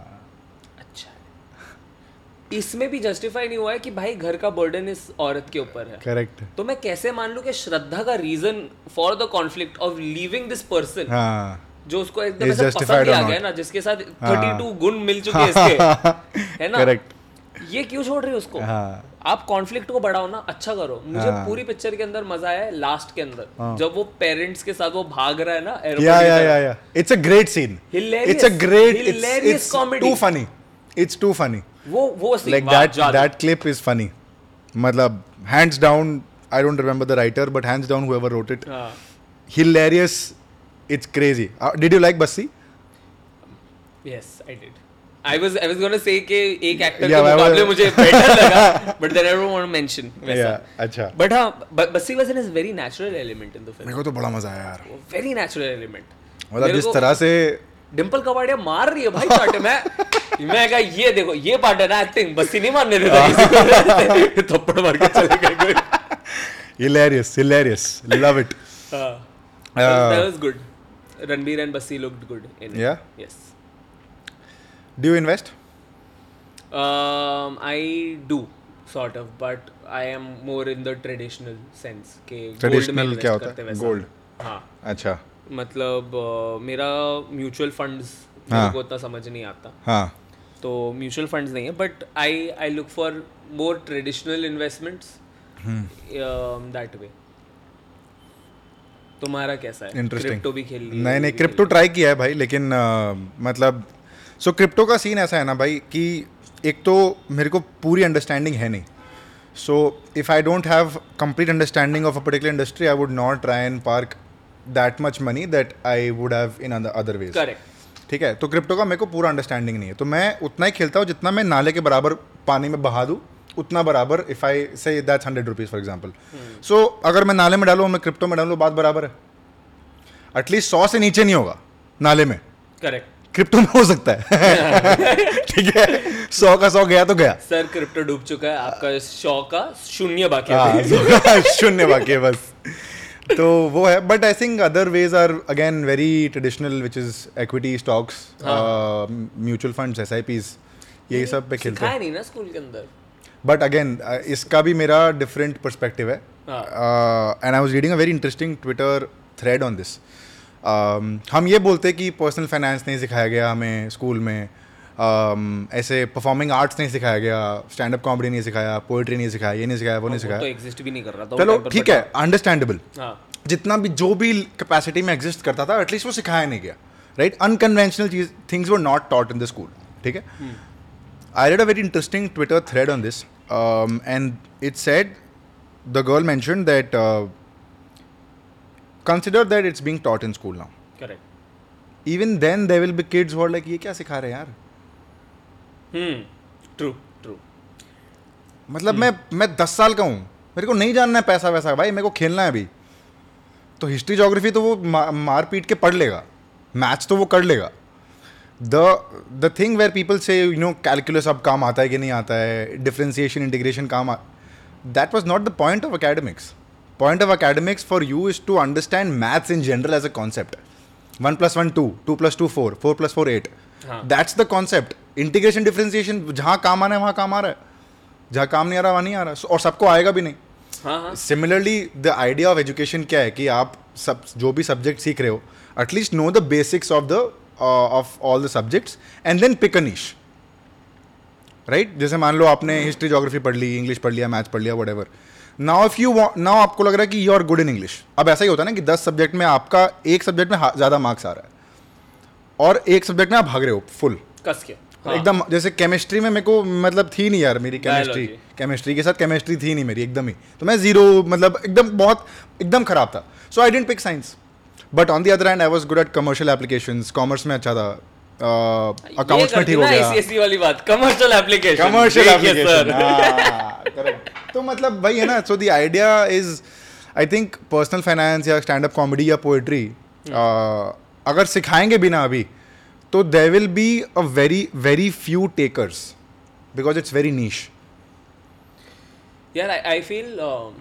A: अच्छा है। इसमें भी जस्टिफाई नहीं हुआ है कि भाई घर का बर्डन इस औरत के ऊपर है
B: correct
A: तो मैं कैसे मान लूं कि श्रद्धा का reason for the conflict of leaving this person
B: हाँ
A: जो उसको एकदम
B: Is
A: ऐसा
B: justified
A: पसंद ही
B: or
A: आ गया
B: not? हाँ।
A: ना जिसके साथ 32 गुण मिल चुके
B: *laughs*
A: हैं इसके है ना
B: Correct.
A: ये क्यों छोड़ रहे हो उसको
B: हाँ
A: आप कॉन्फ्लिक्ट को बढ़ाओ ना अच्छा करो मुझे पूरी पिक्चर के अंदर मजा आया लास्ट के अंदर जब वो पेरेंट्स के साथ वो भाग रहा है ना
B: हाँ। yeah
A: airport
B: yeah yeah yeah it's a great scene
A: Hilarious.
B: it's a great it's,
A: Hilarious
B: it's
A: comedy.
B: too funny it's too funny
A: वो वो scene,
B: like
A: वाह,
B: that
A: जादू।
B: that clip is funny matlab hands down i don't remember the writer but hands down whoever wrote it
A: हाँ।
B: hilarious it's crazy uh, did you like bassi
A: yes i did i was i was going to say कि एक actor
B: Yeah,
A: के
B: I was-
A: मुकाबले मुझे better
B: *laughs*
A: लगा but then I don't want to mention वैसा
B: yeah अच्छा
A: but हाँ ब- बस्सी वजन is very natural element in the
B: मेरे को तो बड़ा मजा आया यार
A: फिल्म वेरी नेचुरल एलिमेंट
B: मतलब जिस तरह से
A: डिम्पल कपाड़िया मार रही है भाई चाटे में मैं कहा ये देखो ये पार्ट है ना एक्टिंग बस्सी नहीं मारने
B: हाँ।
A: देता किसी को। थप्पड़ मार के चले गए कोई
B: hilarious hilarious love it
A: हाँ। That was good Ranbir and Bassi looked good in
B: हाँ। Yeah?
A: Yes
B: do you invest
A: Um, I do sort of, but I am more in the traditional sense के gold में
B: Traditional
A: invest
B: क्या होता
A: करते
B: है?
A: वैसा।
B: Gold.
A: हाँ
B: अच्छा
A: मतलब uh, मेरा म्यूचुअल फंड्स
B: हाँ।
A: मेरे को उतना समझ नहीं आता
B: हाँ
A: तो म्यूचुअल फंड्स नहीं है but I I look for more traditional investments
B: hmm.
A: That way um, तुम्हारा कैसा है
B: Interesting.
A: क्रिप्टो भी खेल
B: नहीं नहीं क्रिप्टो ट्राई किया है भाई लेकिन अ, मतलब सो क्रिप्टो का सीन ऐसा है ना भाई कि एक तो मेरे को पूरी अंडरस्टैंडिंग है नहीं so if I don't have complete understanding of a particular industry I would not try and park that much money that I would have in other ways
A: correct
B: ठीक है तो क्रिप्टो का मेरे को पूरा अंडरस्टैंडिंग नहीं है तो मैं उतना ही खेलता हूँ जितना मैं नाले के बराबर पानी में बहा दूँ उतना बराबर if I say that's hundred rupees for example so अगर मैं नाले में डालूँ मैं क्रिप्टो में डालूँ बात बराबर है एटलीस्ट सौ से नीचे नहीं होगा नाले में
A: करेक्ट
B: क्रिप्टो में हो सकता है *laughs* ठीक है सौ का सौ गया तो गया
A: सर क्रिप्टो डूब चुका है आपका शौ का शून्य बाकी है
B: हाँ, जो- *laughs* शून्य बाकी है बस तो वो है but I think other ways are again very traditional which is equity stocks
A: हाँ।
B: uh, mutual funds SIPs यही सब पे खेलते हैं
A: सिखाया नहीं ना स्कूल के अंदर
B: बट अगेन इसका भी मेरा डिफरेंट पर्सपेक्टिव है
A: हाँ।
B: Uh, and I was reading a very interesting Twitter thread on Um, this हम ये बोलते हैं कि पर्सनल फाइनेंस नहीं सिखाया गया हमें स्कूल में अम, ऐसे परफॉर्मिंग आर्ट्स नहीं सिखाया गया स्टैंड अप कॉमेडी नहीं सिखाया पोएट्री नहीं सिखाया ये नहीं सिखाया वो नहीं
A: वो तो
B: सिखाया
A: एग्जिस्ट भी नहीं कर रहा था
B: चलो ठीक है अंडरस्टैंडेबल
A: हाँ
B: जितना भी जो भी कैपेसिटी में एग्जिस्ट करता था एटलीस्ट वो सिखाया नहीं गया राइट अनकन्वेंशनल चीज things were not taught in the school ठीक है I read a very interesting Twitter thread on this and it said the girl mention that uh, consider that it's being taught in school now
A: correct
B: even then they will be kids word like ये क्या सिखा रहे हैं यार
A: हम्म true true
B: मतलब मैं मैं दस साल का हूँ मेरे को नहीं जानना है पैसा वैसा भाई मेरे को खेलना है अभी तो हिस्ट्री जोग्राफी तो वो मा, मार पीट के पढ़ लेगा मैथ्स तो वो कर लेगा the the thing where people say you know calculus अब काम आता है कि नहीं आता है डिफ्रेंसिएशन इंटीग्रेशन काम that was not the point of academics point of academics for you is to understand maths in general as a concept one plus one two two plus two four four plus four eight
A: हाँ।
B: That's the concept integration differentiation जहाँ काम आना है वहाँ काम आ रहा है जहाँ काम नहीं आ रहा वहाँ नहीं आ रहा और सबको आएगा भी नहीं
A: हाँ हाँ
B: similarly the idea of education क्या है कि आप सब जो भी सब्जेक्ट सीख रहे हो at least know the basics of the of all the subjects and then pick a niche right जैसे मान लो आपने हिस्ट्री जोग्राफी पढ़ ली इंग्लिश पढ़ लिया मैथ्स पढ़ लिया what now if you now आपको लग रहा है कि you are good in English अब ऐसा ही होता है ना कि दस सब्जेक्ट में आपका एक सब्जेक्ट में ज़्यादा मार्क्स आ रहा है और एक सब्जेक्ट में आप भाग रहे हो फुल
A: कस के हाँ
B: एकदम जैसे केमिस्ट्री में मेरे को मतलब थी नहीं यार मेरी केमिस्ट्री
A: Biology.
B: केमिस्ट्री के साथ केमिस्ट्री थी नहीं मेरी एकदम ही तो मैं जीरो मतलब एकदम बहुत एकदम खराब था so I didn't pick science but on the other hand I was good at commercial application commerce में अच्छा था अकाउंट्स में ठीक हो गया हाँ।
A: ऐसी वाली बात कमर्शियल एप्लीकेशन
B: कमर्शियल
A: *laughs*
B: एप्लीकेशन तो मतलब भाई है ना so the idea is I think personal finance या स्टैंड अप कॉमेडी या पोएट्री अगर सिखाएंगे भी ना अभी तो there will be a very very few takers because it's very niche
A: Yeah, I, I feel um,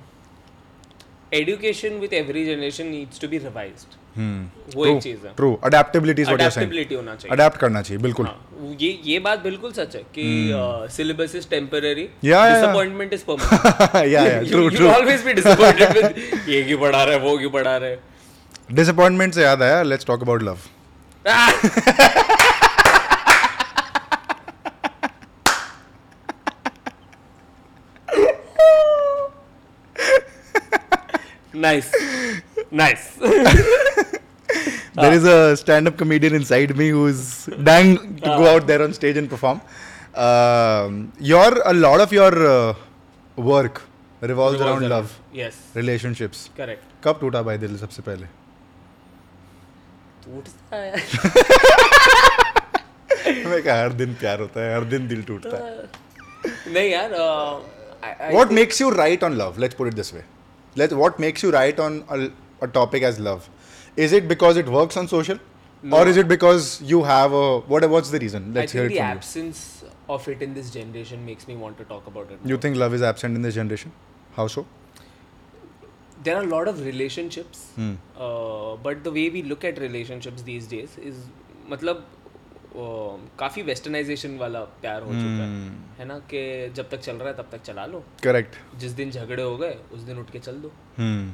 A: education with every generation needs to be revised.
B: Hmm.
A: वो एक चीज है
B: true adaptability what you saying
A: adaptability होना चाहिए
B: adapt करना चाहिए बिल्कुल *laughs*
A: हाँ, ये ये बात बिल्कुल सच है कि uh, syllabus is temporary
B: Hmm. Yeah, yeah, yeah.
A: Disappointment is
B: *laughs*
A: permanent
B: या true
A: you
B: true
A: always be disappointed with ये क्यों पढ़ा रहा है वो क्यों पढ़ा रहा है
B: डिसअपॉइंटमेंट से याद आया let's talk about love
A: nice nice Ah.
B: there is a stand-up comedian inside me who's dying to
A: Ah.
B: go out there on stage and perform. Um, your a lot of your uh, work revolves around love,
A: yes
B: relationships.
A: Correct
B: कब टूटा भाई दिल सबसे पहले?
A: टूट सा है
B: मैं कहा हर दिन प्यार होता है, हर दिन दिल टूटता है.
A: नहीं यार uh, I, I,
B: What makes you write on love? Let's put it this way. Let what makes you write on a, a topic as love? Is it because it works on social, or is it because you have a what? What's the reason?
A: I
B: Let's hear
A: think
B: it
A: the
B: from you.
A: absence of it in this generation makes me want to talk about it.
B: You think love is absent in this generation? How so?
A: there are a lot of relationships, uh, but the way we look at relationships these days is मतलब uh, काफी westernization वाला प्यार हो चुका है है ना कि जब तक चल रहा है तब तक चला लो
B: Correct.
A: जिस दिन झगड़े हो गए उस दिन उठ के चल दो
B: Hmm.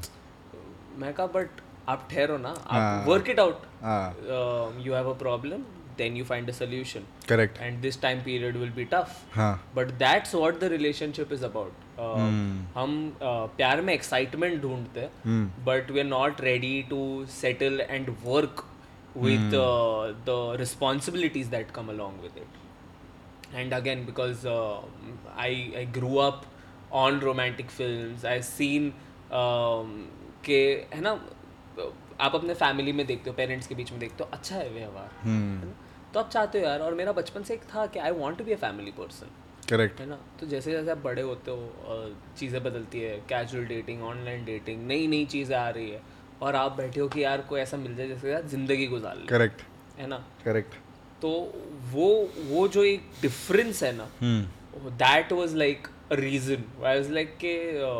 A: मैं कहा बट आप ठहरो ना आप वर्क इट
B: हाँ.
A: Out you have a problem then you find a solution
B: Correct.
A: And this time period will be tough
B: हाँ.
A: But that's what the relationship is about हम uh, प्यार में एक्साइटमेंट ढूंढते हैं but we are not ready to settle and work with the responsibilities that come along with it and again because I I grew up on romantic film I scene um, के है ना आप अपने family में देखते हो parents के बीच में देखते हो अच्छा है व्यवहार है ना? तो आप चाहते हो यार और मेरा बचपन से एक था कि I want to be a family person
B: Correct.
A: है ना तो जैसे जैसे आप बड़े होते हो अ, चीज़ें बदलती है कैजुअल डेटिंग ऑनलाइन डेटिंग नई नई चीज़ें आ रही है और आप बैठे हो कि यार कोई ऐसा मिल जाए जिसके साथ ज़िंदगी गुजार ले
B: Correct.
A: है ना
B: Correct.
A: तो वो वो जो एक डिफरेंस है ना that was like reason I was like के अ,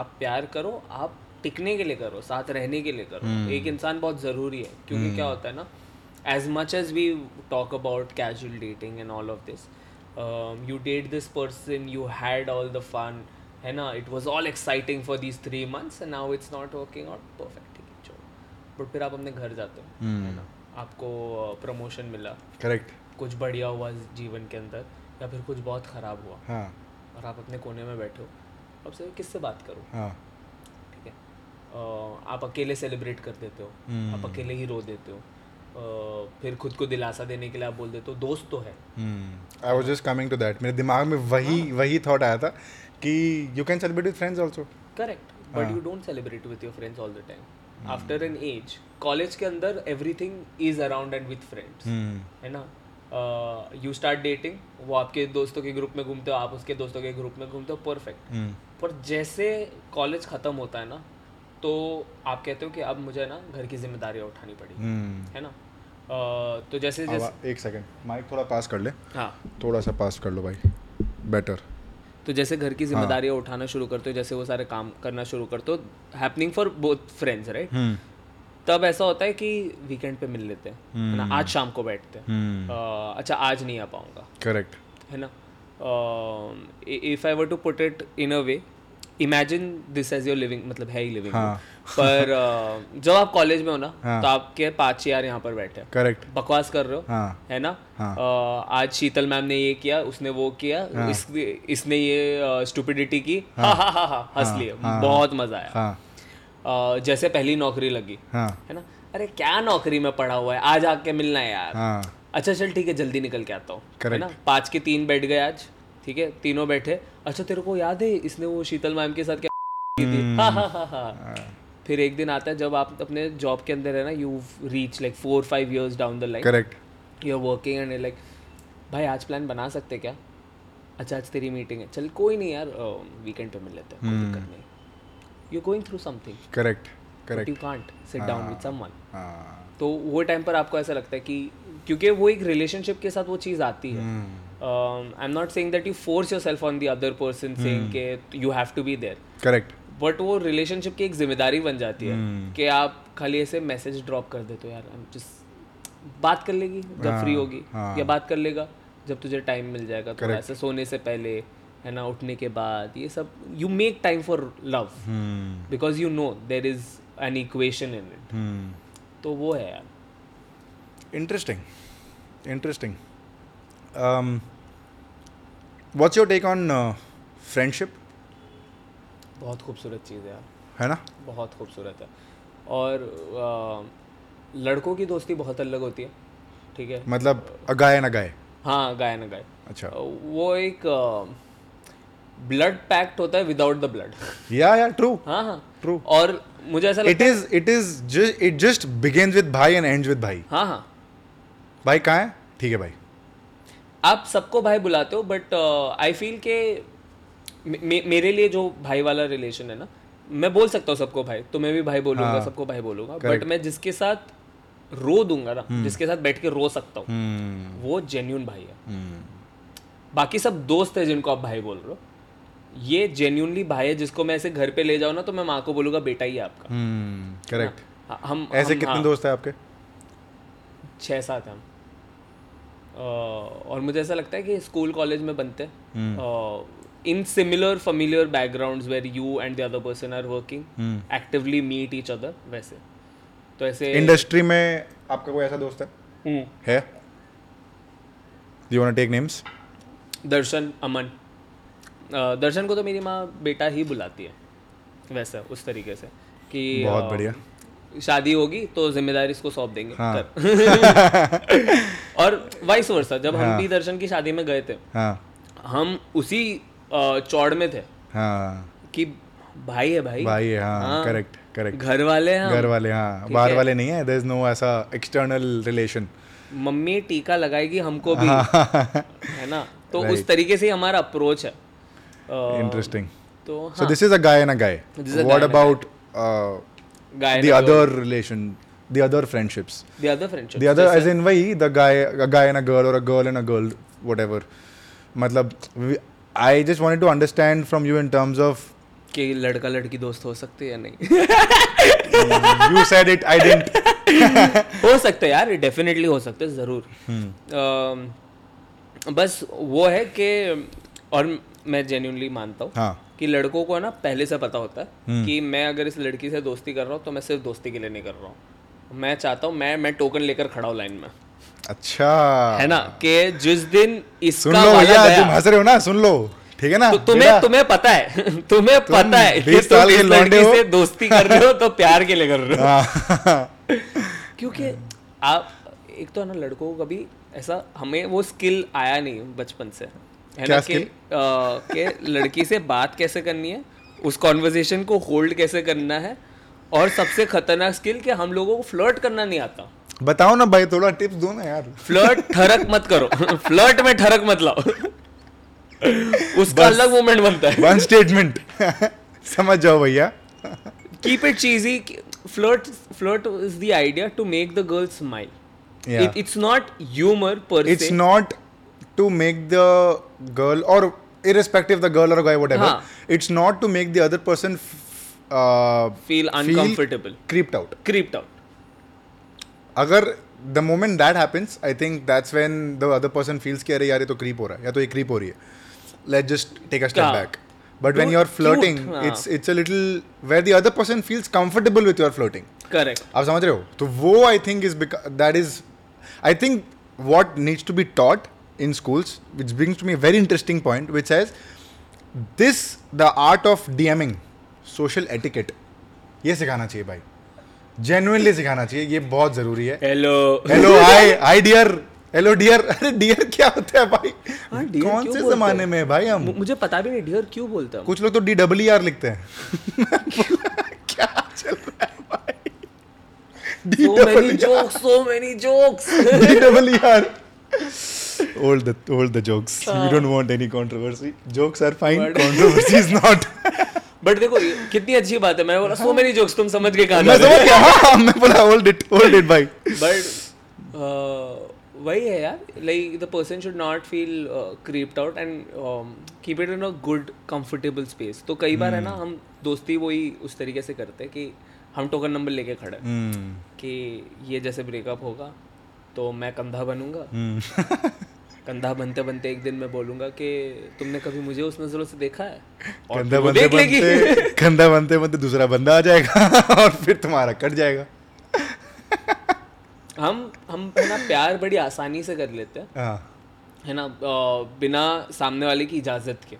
A: आप प्यार करो आप टिकने के लिए करो साथ रहने के लिए करो एक इंसान बहुत ज़रूरी है क्योंकि क्या होता है ना as much as we talk about casual dating and all of this you date this person you had all the fun है ना it was all exciting for these three months and now it's not working out perfect ठीक है छोड़ो but फिर आप अपने घर जाते हो है ना आपको प्रमोशन मिला
B: Correct.
A: कुछ बढ़िया हुआ जीवन के अंदर या फिर कुछ बहुत ख़राब हुआ
B: हाँ
A: और आप अपने कोने में बैठे हो अब से किससे बात करो
B: हाँ
A: ठीक है अ, आप अकेले सेलिब्रेट कर देते हो आप अकेले ही रो देते हो अ, फिर खुद को दिलासा देने के लिए आप बोल देते हो दोस्त तो है
B: Hmm. I was just coming to that मेरे दिमाग में वही वही थॉट आया था कि you can celebrate with friends also
A: correct but you don't celebrate with your friends all the time after an age college के अंदर everything is around and with friends है ना यू स्टार्ट डेटिंग वो आपके दोस्तों के ग्रुप में घूमते हो आप उसके दोस्तों के ग्रुप में घूमते हो परफेक्ट पर जैसे कॉलेज ख़त्म होता है ना तो आप कहते हो कि अब मुझे ना घर की जिम्मेदारियाँ उठानी पड़ेगी है ना अ, तो जैसे जैसे
B: एक सेकंड माइक थोड़ा पास कर ले
A: हाँ
B: थोड़ा सा पास कर लो भाई बेटर
A: तो जैसे घर की जिम्मेदारियां उठाना शुरू करते हो जैसे वो सारे काम करना शुरू करते हो happening for both friends right तब ऐसा होता है कि वीकेंड पे मिल लेते हैं है ना आज शाम को बैठते हैं अ, अच्छा आज नहीं आ पाऊंगा
B: करेक्ट
A: है ना Um, if I were to put it in a way imagine this as your living मतलब है ही लिविंग
B: हाँ.
A: पर
B: *laughs*
A: अ, जब आप कॉलेज में हो ना तो आपके पांच यार यहाँ पर बैठे हैं
B: करेक्ट
A: बकवास कर रहे हो
B: हाँ हाँ.
A: है ना अ, आज शीतल मैम ने ये किया उसने वो किया इस, इसने ये स्टुपिडिटी की हा हा हा हा हंस लिए बहुत मजा आया
B: हाँ
A: अ, जैसे पहली नौकरी लगी
B: हाँ
A: है ना अरे क्या नौकरी में पड़ा हुआ है आज आके मिलना है यार
B: हाँ
A: अच्छा चल ठीक है जल्दी निकल के आता हूँ है
B: Correct.
A: ना पाँच के तीन बैठ गए आज ठीक है तीनों बैठे अच्छा तेरे को याद है इसने वो शीतल मैम के साथ क्या की थी हाँ हाँ हाँ हाँ फिर एक दिन आता है जब आप अपने जॉब के अंदर है ना you reach like four five years down the line
B: correct
A: you are working and like भाई आज प्लान बना सकते क्या अच्छा आज तेरी मीटिंग है चल कोई नहीं यार वीकेंड पे मिल लेते हैं कोई दिक्कत नहीं you going through something
B: correct
A: but
B: correct
A: you can't sit down with someone
B: हाँ
A: तो वो टाइम पर आपको ऐसा लगता है कि क्योंकि वो एक रिलेशनशिप के साथ वो चीज़ आती है
B: hmm. Hmm.
A: Um, I am not saying that you force yourself on the other person saying के you have to be there
B: correct
A: but वो रिलेशनशिप की एक जिम्मेदारी बन जाती है कि आप खाली ऐसे मैसेज ड्रॉप कर देते हो यार आई जस्ट बात कर लेगी जब फ्री होगी या बात कर लेगा जब तुझे टाइम मिल जाएगा थोड़ा ऐसे सोने से पहले है ना उठने के बाद ये सब you make time for love
B: Hmm.
A: Because you know there is an equation in it
B: Hmm.
A: तो वो है यार
B: Interesting. Interesting. Um, what's your take on uh, friendship?
A: बहुत खूबसूरत चीज़ है यार
B: है ना
A: बहुत खूबसूरत है और अ, लड़कों की दोस्ती बहुत अलग होती है ठीक है
B: मतलब a guy and a guy.
A: हाँ गाय ना गाय
B: अच्छा
A: वो एक ब्लड पैक्ट होता है without the blood
B: yeah yeah true
A: हाँ हाँ
B: True.
A: और मुझे ऐसा
B: इट
A: लगता
B: is it is it just begins with भाई एंड एंड्स विद भाई
A: हाँ हाँ
B: भाई कहाँ है ठीक है भाई
A: आप सबको भाई बुलाते हो बट आई फील के मे- मे- मेरे लिए जो भाई वाला रिलेशन है ना मैं बोल सकता हूँ सबको भाई तो मैं भी भाई बोलूंगा सबको भाई बोलूंगा बट मैं जिसके साथ रो दूंगा ना जिसके साथ बैठ के रो सकता हूँ
B: Hmm,
A: वो जेन्यून भाई है बाकी सब दोस्त है जिनको आप भाई बोल रहे हो ये जेन्यूनली भाई है जिसको मैं ऐसे घर पे ले जाऊँ ना तो मैं माँ को बोलूंगा बेटा ही है आपका
B: करेक्ट
A: हाँ, हम
B: hmm. ऐसे
A: हम-
B: कितने
A: हाँ,
B: दोस्त है आपके
A: छः सात हम अ, और मुझे ऐसा लगता है कि स्कूल कॉलेज में बनते
B: हम्म।
A: हैं in similar familiar backgrounds where you and the other person are
B: hmm. Hmm.
A: Working actively meet each other वैसे तो ऐसे
B: इंडस्ट्री में आपका कोई ऐसा दोस्त है
A: हम्म,
B: है you want take names
A: Darshan Aman अ, दर्शन को तो मेरी माँ बेटा ही बुलाती है वैसा उस तरीके से कि
B: बहुत
A: अ,
B: बढ़िया
A: शादी होगी तो जिम्मेदारी इसको सौंप देंगे
B: हाँ।
A: कर। *laughs* और वाइस वर्सा जब हम भी दर्शन की शादी में गए थे
B: हाँ
A: हम उसी अ, चौड़ में थे
B: हाँ
A: कि भाई है भाई
B: भाई है हाँ
A: हाँ।
B: करेक्ट करेक्ट
A: घर वाले हैं
B: घर
A: हम।
B: वाले हाँ बाहर वाले नहीं है देर इज नो ऐसा एक्सटर्नल रिलेशन
A: मम्मी टीका लगाएगी हमको
B: हाँ।
A: भी
B: *laughs*
A: है ना तो उस तरीके से ही हमारा अप्रोच है अ,
B: इंटरेस्टिंग
A: तो
B: so this is a guy and a guy
A: Oh. This is a
B: what
A: guy and a
B: about
A: guy
B: uh, the other relation the other friendships
A: the other friendship
B: the other age in वही the guy a guy and a girl or a girl and a girl whatever मतलब I just wanted to understand from you in terms of *laughs*
A: कि लड़का लड़की दोस्त हो सकते हैं या नहीं *laughs*
B: you said it i didn't
A: हो सकते हैं यार डेफिनेटली हो सकते हैं जरूर
B: हम्म।
A: अम, बस वो है कि और मैं जेन्यूनली मानता हूँ
B: हाँ हम्म।
A: कि लड़कों को है ना पहले से पता होता है कि मैं अगर इस लड़की से दोस्ती कर रहा हूँ तो मैं सिर्फ दोस्ती के लिए नहीं कर रहा हूँ मैं चाहता हूँ मैं मैं टोकन लेकर खड़ा हूँ लाइन में
B: अच्छा
A: *laughs* है ना कि जिस दिन इसका
B: सुन लो
A: वाला
B: भैया
A: गया,
B: तुम हंस रहे हो ना सुन लो ठीक है ना
A: तो तुम्हें
B: बेटा?
A: तुम्हें पता है *laughs* तुम्हें पता है कि
B: 20
A: तुम
B: साल के
A: इस
B: लौंडे
A: लड़की
B: हो।
A: से दोस्ती कर रहे हो तो प्यार के लिए कर रहे
B: हाँ। *laughs*
A: हो क्योंकि आप एक तो है ना लड़कों को कभी ऐसा हमें वो स्किल आया नहीं बचपन से है
B: क्या
A: ना कि अ, कि लड़की से बात कैसे करनी है उस कॉन्वर्जेशन को होल्ड कैसे करना है और सबसे खतरनाक स्किल कि हम लोगों को फ्लर्ट करना नहीं आता
B: बताओ ना भाई थोड़ा टिप्स दो ना यार *laughs*
A: फ्लर्ट ठरक मत करो फ्लर्ट में ठरक मत लाओ उसका अलग मोमेंट बनता है
B: वन स्टेटमेंट *laughs* समझ जाओ भैया
A: keep it cheesy k- flirt flirt is the idea to make the girl smile
B: Yeah.
A: it, it's not humor per
B: it's
A: se
B: not to make the girl or irrespective the girl or guy whatever
A: हाँ.
B: it's not to make the other person f- uh,
A: feel uncomfortable
B: creeped out
A: creeped out
B: अगर the moment that happens i think that's when the other person feels कि अरे यार ये तो creep हो रहा है या तो ये creep हो रही है let's just take a step
A: हाँ.
B: back but when
A: Dude,
B: you're flirting
A: cute, हाँ.
B: it's it's a little where the other person feels comfortable with your flirting
A: correct
B: आप समझ रहे हो तो वो I think is that is I think what needs to be taught in schools which brings to me very interesting point which has this the art of DMing social etiquette ये सिखाना चाहिए भाई genuinely सिखाना चाहिए ये बहुत ज़रूरी है
A: hello
B: hello hi hi dear hello dear अरे डियर क्या होता है भाई
A: हाँ, dear
B: कौन
A: क्यों
B: से
A: बोलते
B: जमाने
A: हैं?
B: में है भाई हम
A: *laughs* मु- मुझे पता भी नहीं डियर क्यों बोलता हूँ
B: कुछ लोग तो डी डब्ल्यू आर लिखते हैं क्या चल रहा है भाई *laughs* D
A: so many jokes so many jokes *laughs*
B: DWR. *laughs* Hold the hold the jokes. we don't want any controversy. Jokes are fine.
A: But-
B: controversy is not.
A: But देखो ये कितनी अच्छी बात है मैं बोला so many jokes तुम समझ के
B: हाँ। मैं
A: कहां
B: समझ गया हाँ मैं बोला hold it hold it भाई
A: बट uh, वही है यार like the person should not feel creeped out and keep it in a good comfortable space तो कई बार है
B: Hmm.
A: ना हम दोस्ती वही उस तरीके से करते हैं कि हम टोकन नंबर लेके खड़े हैं कि ये जैसे ब्रेकअप होगा तो मैं कंधा बनूंगा हम्म। *laughs* कंधा बनते बनते एक दिन मैं बोलूंगा कि तुमने कभी मुझे उस नजरों से देखा है और
B: गंदा
A: फिर वो
B: बनते
A: देख लेगी
B: बनते गंदा बनते बनते दूसरा बंदा आ जाएगा *laughs* और फिर तुम्हारा कट जाएगा
A: *laughs* हम हम है ना प्यार बड़ी आसानी से कर लेते हैं
B: हाँ
A: है ना अ, बिना सामने वाले की इजाजत के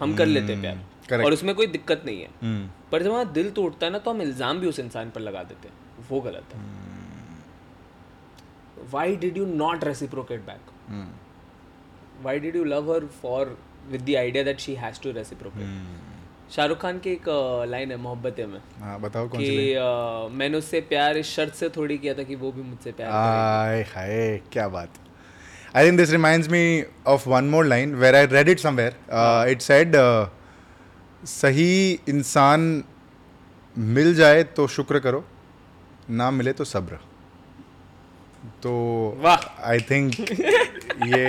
A: हम कर लेते हैं प्यार
B: correct.
A: और उसमें कोई दिक्कत नहीं है पर जब हमारा दिल टूटता है ना तो हम इल्ज़ाम भी उस इंसान पर लगा देते हैं वो गलत है
B: हम्म।
A: Why did you not reciprocate back
B: hmm.
A: Why did you love her for with the idea that she has to reciprocate Shahrukh Khan की एक लाइन है मोहब्बतें में
B: हाँ बताओ हम्म। कौन सी
A: कि अ, मैंने उससे प्यार इस शर्त से थोड़ी किया था कि वो भी मुझसे प्यार करे।
B: आय हाय क्या बात I think this reminds me of one more line where I read it somewhere it said uh, सही इंसान मिल जाए तो शुक्र करो ना मिले तो सब्र तो
A: वाह।
B: आई थिंक ये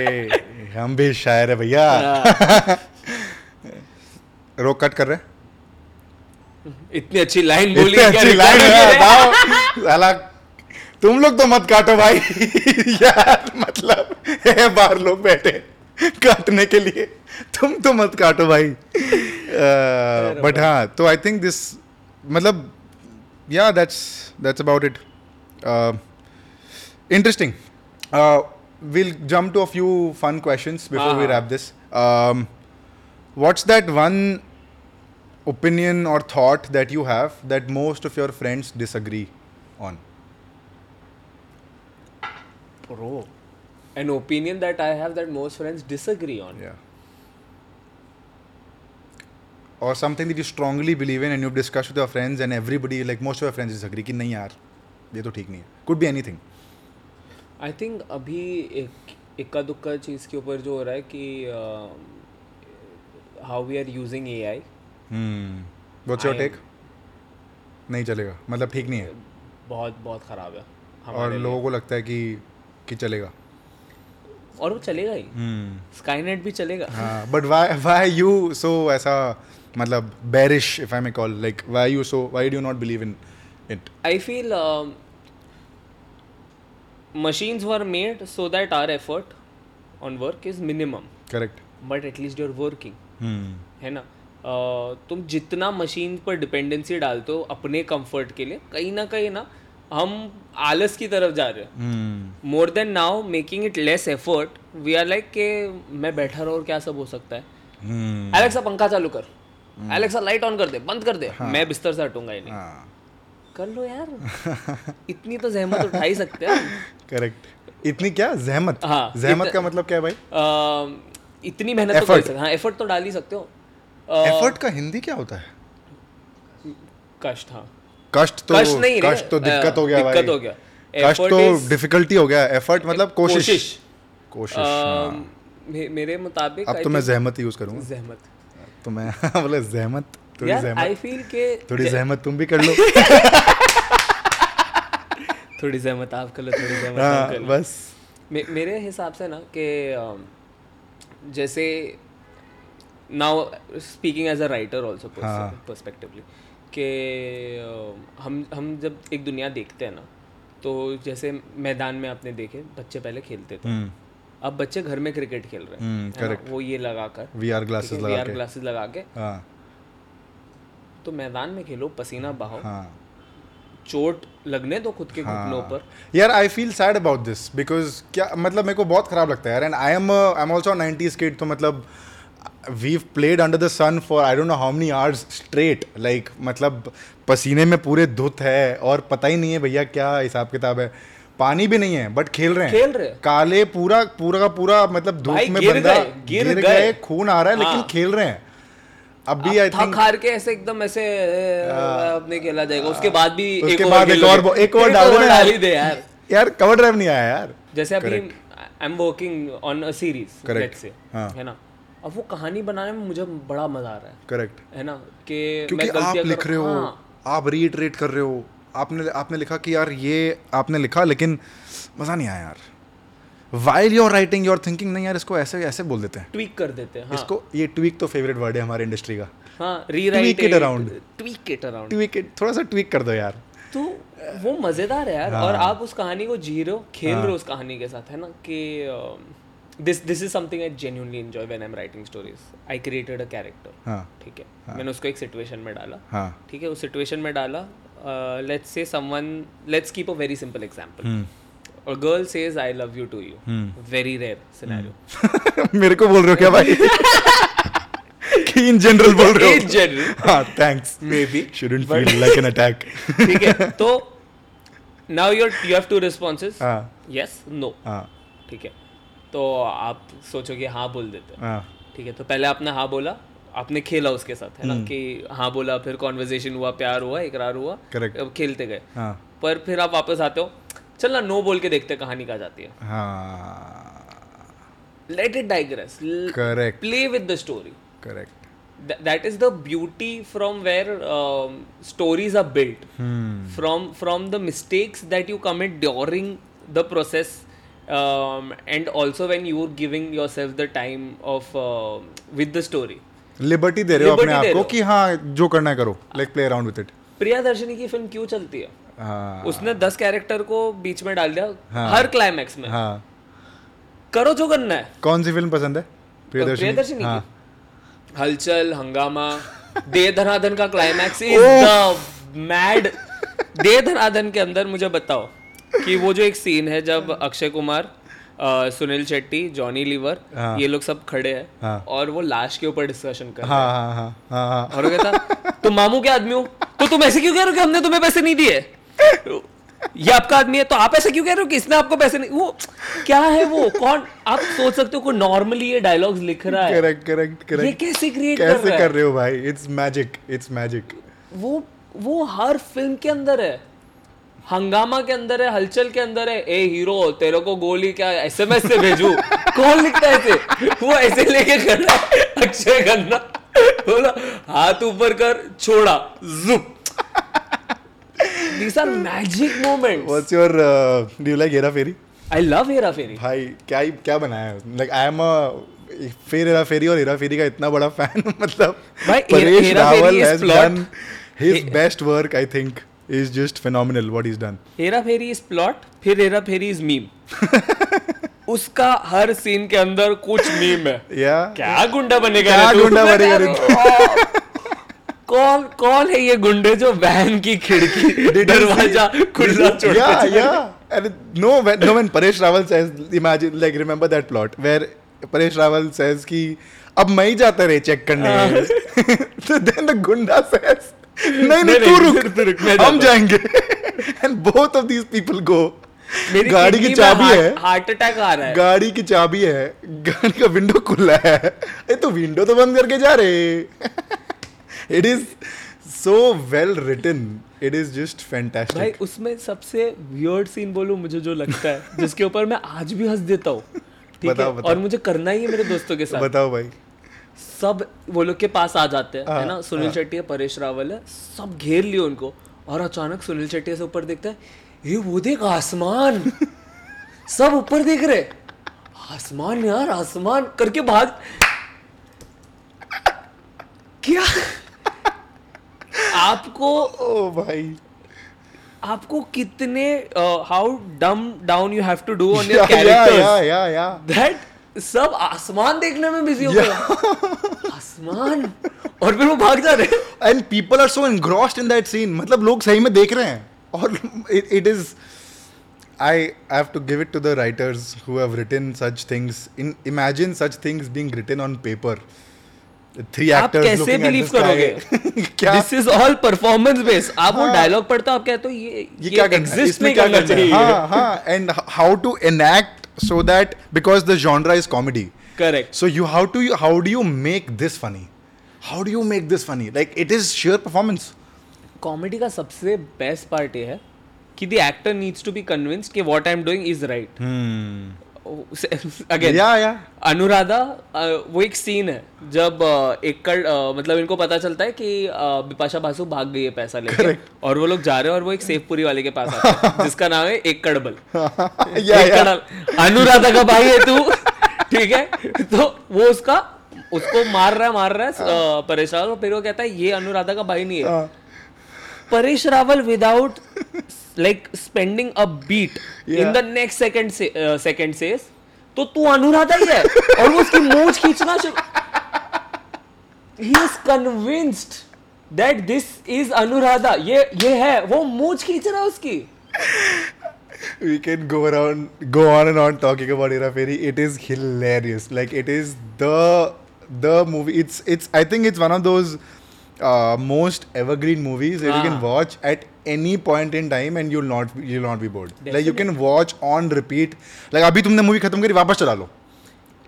B: हम भी शायर है भैया
A: हाँ।
B: रोक कट कर रहे हैं
A: इतनी अच्छी लाइन बोली
B: *laughs* इतनी
A: क्या
B: अच्छी लाइन
A: रिकॉर्ड नहीं
B: है
A: है?
B: बताओ साला तुम लोग तो मत काटो भाई *laughs* यार मतलब है बाहर लोग बैठे काटने के लिए तुम तो मत काटो भाई बट हाँ तो आई थिंक दिस मतलब या that's that's about it interesting Uh, will jump to a few fun questions before we
A: हाँ।
B: Wrap this Um, what's that one opinion or thought that you have that most of your friends disagree on
A: Bro,
B: हाँ।
A: an opinion that I have that most friends disagree on.
B: yeah or something that you strongly believe in and you've discussed with your friends and everybody like most of your friends disagree कि नहीं यार ये तो ठीक नहीं है could be anything
A: I think अभी एक इक्का दुक्का चीज़ के ऊपर जो हो रहा है कि how we are using A I
B: hmm what's your
A: I-
B: take नहीं चलेगा मतलब ठीक नहीं है
A: बहुत बहुत ख़राब है
B: और
A: हमारे
B: लोगों को लगता है कि कि चलेगा
A: लिए। और वो चलेगा ही
B: hmm
A: स्काईनेट भी चलेगा
B: हाँ but why why you so ऐसा मतलब बेरिश if I may call like why you so why do not believe in it
A: I feel um, machines were made so that our effort on work is minimum,
B: correct
A: but at least you're working. है ना अ, तुम जितना machine पर dependency डालते हो अपने comfort के लिए कहीं ना कहीं ना हम आलस की तरफ जा रहे हैं
B: हम्म।
A: More than now making it less effort we are like के मैं बैठा रहा और क्या सब हो सकता है
B: हम्म
A: एलेक्सा पंखा चालू कर एलेक्सा लाइट ऑन कर दे बंद कर दे मैं बिस्तर से हटूंगा ही नहीं
B: हाँ
A: कर लो यार
B: *laughs*
A: इतनी तो जहमत उठा ही सकते हैं
B: करेक्ट इतनी क्या जहमत
A: हाँ,
B: जहमत का मतलब क्या है भाई
A: अम, इतनी मेहनत तो कर सकते हाँ एफर्ट तो डाल ही सकते हो अ,
B: एफर्ट का हिंदी क्या होता है
A: कष्ट हाँ
B: कष्ट तो
A: कष्ट नहीं रे,
B: कष्ट तो दिक्कत
A: अ,
B: हो गया भाई
A: दिक्कत हो गया।
B: कष्ट
A: Effort
B: तो
A: is-
B: डिफिकल्टी हो गया एफर्ट मतलब कोशिश
A: कोशिश
B: कोशिश हाँ।
A: अम, मे- मेरे मुताबिक
B: अब
A: I
B: तो मैं
A: think
B: जहमत यूज करूंगा
A: जहमत
B: तो मैं *laughs* बोले जहमत थोड़ी
A: यार
B: जहमत
A: आई फील के
B: थोड़ी जहमत तुम भी
A: *laughs*
B: कर लो
A: थोड़ी जहमत आप कर लो थोड़ी जहमत
B: हाँ,
A: हम कर लो।
B: बस
A: मे- मेरे हिसाब से ना कि अम, जैसे now speaking as a writer also
B: हाँ।
A: पर्सपेक्टिवली कि अम, हम हम जब एक दुनिया देखते हैं ना तो जैसे मैदान में आपने देखे बच्चे पहले खेलते थे अब बच्चे घर में क्रिकेट खेल रहे हैं
B: हम्म,
A: है ना? वो ये लगाकर
B: वी आर ग्लासेस लगा
A: वीआर ग्लासेस लगा के
B: हाँ
A: तो मैदान में खेलो पसीना बहाओ
B: हाँ
A: चोट लगने दो खुद के घुटनों पर
B: यार I feel sad about this because क्या मतलब मेरे को बहुत खराब लगता है यार and I am I am also nineties kid तो मतलब we played under the sun for I don't know how many hours straight like मतलब पसीने में पूरे धुत है और पता ही नहीं है भैया क्या हिसाब किताब है पानी भी नहीं है बट खेल रहे हैं
A: खेल रहे हैं।
B: काले पूरा पूरा का पूरा मतलब
A: भाई,
B: धूप में
A: गिर
B: बंदा
A: गए, गिर गए।
B: खून आ रहा है लेकिन
A: हाँ।
B: खेल रहे हैं अभी आई
A: थक
B: थिंक
A: हार के ऐसे एकदम ऐसे ए, आपने खेला जाएगा उसके बाद भी
B: हाँ। उसके
A: over
B: बाद
A: खेल
B: एक
A: लो।
B: और बो- एक और डाल देना।
A: डाल ही दे यार
B: यार कवर ड्राइव नहीं आया यार
A: जैसे अभी I am working on a series
B: Correct.
A: Let's say
B: हाँ।
A: है ना अब वो कहानी बनाने में मुझे बड़ा मजा आ रहा है
B: करेक्ट
A: है ना कि
B: क्योंकि
A: मैं गलतियां
B: आप
A: कर-
B: लिख रहे हो
A: हाँ,
B: आप रीइटरेट कर रहे हो आपने आपने लिखा कि यार ये आपने लिखा लेकिन मज़ा नहीं आया यार while your writing your thinking नहीं यार इसको ऐसे ऐसे बोल देते हैं
A: tweak कर देते हैं हाँ
B: इसको ये ट्वीक तो फेवरेट वर्ड है हमारे इंडस्ट्री का
A: हाँ rewrite
B: tweak it around.
A: Tweak it around
B: tweak थोड़ा सा ट्वीक कर दो यार
A: तो वो मजेदार है यार और
B: हाँ।
A: आप उस कहानी को जी रहे हो खेल रहे हो उस कहानी के साथ है ना कि um, this this is something I genuinely enjoy when I am writing stories I created a character
B: हाँ
A: ठीक है मैंने उसको एक सिचुएशन में डाला
B: हाँ
A: ठीक है उस सिचुएशन में डाला uh, let's say someone let's keep a very simple
B: hmm.
A: Example और girl says I love you to you very rare
B: hmm.
A: Scenario
B: *laughs* मेरे को बोल रहे हो क्या
A: *laughs*
B: भाई कि इन जनरल बोल रहे
A: इन
B: हो
A: जनरल
B: हाँ thanks
A: maybe
B: shouldn't
A: *laughs*
B: feel like an attack
A: ठीक
B: *laughs*
A: है तो now you you have two responses
B: हाँ
A: यस नो
B: हाँ
A: ठीक है तो आप सोचोगे हाँ बोल देते हो
B: हाँ
A: ठीक है तो पहले आपने हाँ बोला आपने खेला उसके साथ है ना कि हाँ बोला फिर कॉन्वर्जेशन हुआ प्यार हुआ इकरार हुआ
B: Correct.
A: अब खेलते गए
B: हाँ
A: पर फिर आप वापस आते हो चल ना नो बोल के देखते हैं कहानी कहाँ जाती है
B: हाँ
A: let it digress
B: correct
A: play with the story
B: correct
A: that is the beauty from where uh, stories are built
B: Hmm.
A: From from the mistakes that you commit during the process and also when you are giving your self the time of with the story
B: liberty दे रहे हो अपने
A: Liberty दे
B: आप को
A: रहे हो।
B: कि हाँ जो करना है करो like play around with it
A: Priyadarshini की फिल्म क्यों चलती है
B: हाँ
A: उसने दस कैरेक्टर को बीच में डाल दिया हर क्लाइमैक्स में
B: हाँ
A: करो जो करना है
B: कौन सी फिल्म पसंद है
A: प्रियदर्शनी
B: हाँ
A: की हलचल *laughs* हंगामा दे धनाधन का climax is the mad De Dhanadhan के अंदर मुझे बताओ कि वो जो एक सीन है जब अक्षय कुमार अ, सुनील शेट्टी जॉनी लीवर ये लोग सब खड़े हैं और वो लाश के ऊपर डिस्कशन कर रहे
B: हाँ हाँ हाँ हाँ हाँ
A: हैं। और वो कहता तुम मामू के आदमी हो तो तुम ऐसे क्यों कह रहे हो कि हमने तुम्हें पैसे नहीं दिए ये आपका आदमी है तो आप ऐसे क्यों कह रहे हो कि इसने आपको पैसे नहीं वो क्या है वो कौन आप सोच सकते हो कोई नॉर्मली ये डायलॉग्स लिख रहा है
B: करेक्ट करेक्ट
A: हाँ। ये
B: करेक्ट
A: कैसे क्रिएट कर
B: कैसे
A: रहा
B: कर रहे हो भाई इट्स मैजिक इट्स मैजिक
A: है वो वो हर फिल्म के अंदर है हंगामा के अंदर है हलचल के अंदर है ए हीरो तेरे को गोली क्या एसएमएस से भेजू कौन लिखता है ऐसे वो ऐसे लेके कर रहा है अक्षय खन्ना बोला हाथ ऊपर कर छोड़ा जुप these are magic moments
B: what's your do like Hera Pheri
A: I love Hera Pheri
B: भाई क्या ही क्या बनाया है like I am a Phir Hera फेरी और हेरा फेरी का इतना बड़ा फैन मतलब
A: भाई, हे- Hera Pheri is plot.
B: His best work I think is just phenomenal what is done
A: Hera Pheri is plot Phir Hera Pheri is meme उसका हर सीन के अंदर कुछ मीम है
B: या
A: क्या गुंडा बनेगा
B: क्या
A: रे तू?
B: गुंडा
A: मैं कह
B: बनेगा रे
A: रहा हूँ। कौन कौन है ये गुंडे जो वैन की *laughs* खिड़की दरवाजा खुला छोड़
B: yeah,
A: के चला-
B: yeah. And no, when, no, when Paresh Rawal says, imagine, like, remember that plot where Paresh Rawal says कि अब मैं ही जाता रहे चेक
A: Ah.
B: करने *laughs* तो देन द गुंडा says नहीं नहीं
A: नहीं,
B: तू
A: नहीं,
B: रुक
A: तू रुक, मैं
B: हम
A: जाता
B: जाएंगे *laughs* and both of these people go
A: मेरी
B: गाड़ी की
A: किडनी में
B: चाबी है
A: हार्ट- हार्ट अटैक आ रहा है
B: गाड़ी की चाबी है गाड़ी का विंडो खुला है ये तो विंडो तो बंद करके जा रहे it is so well written it is just
A: भाई
B: फैंटास्टिक
A: उसमें सबसे वियर्ड सीन बोलूं मुझे जो लगता है जिसके ऊपर मैं आज भी हंस देता हूँ ठीक है
B: बताओ, बताओ।
A: और मुझे करना ही है मेरे दोस्तों के साथ
B: बताओ भाई
A: सब वो लोग के पास आ जाते हैं है
B: हाँ,
A: ना सुनील शेट्टी है परेश रावल है सब घेर लिए उनको और अचानक सुनील शेट्टी से ऊपर देखता है ये वो देख
B: *laughs*
A: आसमान सब ऊपर देख रहे आसमान यार आसमान करके भाग *laughs* क्या आपको
B: ओ भाई
A: आपको कितने how dumb down you have to do on
B: या *laughs*
A: योर
B: या या
A: कैरेक्टर्स
B: या या
A: दैट सब आसमान देखने में बिजी हो गया
B: *laughs*
A: आसमान और फिर वो भाग जा रहे हैं।
B: And people are so engrossed in that scene मतलब लोग सही में देख रहे हैं और it is I have to give it to the writers who have written such things in imagine such things being written on paper three
A: आप
B: actors
A: कैसे
B: लुकिंग
A: believe
B: करोगे *laughs* क्या हाँ।
A: This is all performance based आप वो dialogue पढ़ते हो आप कहते हो ये
B: ये क्या करना है?
A: एग्जिस्ट
B: इसमें
A: नहीं
B: क्या
A: करना
B: करना है?
A: चाहिए
B: हाँ हाँ and how to enact so that because the genre is comedy
A: correct
B: So you how do you how do you make this funny? How do you make this funny? Like it is sheer performance.
A: Comedy का सबसे best part ये है कि the actor needs to be convinced कि what I am doing is right
B: Hmm.
A: *laughs* Again
B: Yeah, yeah.
A: Anuradha अ, वो एक scene है जब अ, एकड़ अ, मतलब इनको पता चलता है कि अ, बिपाशा बासु भाग गई है पैसा लेके और वो लोग जा रहे हैं और वो एक सेवपुरी वाले के पास आते
B: *laughs*
A: हैं जिसका नाम है एकड़ बल
B: yeah, yeah.
A: एकड़- अनुराधा का भाई है तू ठीक है तो वो उसका उसको मार रहा है मार रहा है अ, परेश रावल और फिर वो कहता है ये अनुराधा का भाई नहीं है
B: Uh,
A: Paresh Rawal without like spending a beat in the next second से सेकंड से uh, तो तू अनुराधा ही है और वो उसकी मूछ खींचना शुरू ही is convinced that this is Anuradha ये ये है वो मूछ खींच रहा है उसकी
B: we can go around go on and on talking about Hera Fairy. It is hilarious. Like it is the the movie. It's it's I think it's one of those uh, most evergreen movies that you can
A: Ah.
B: watch at any point in time and you'll not you'll not be bored. Like you can watch on repeat. Like अभी तुमने movie खत्म करी वापस चला लो.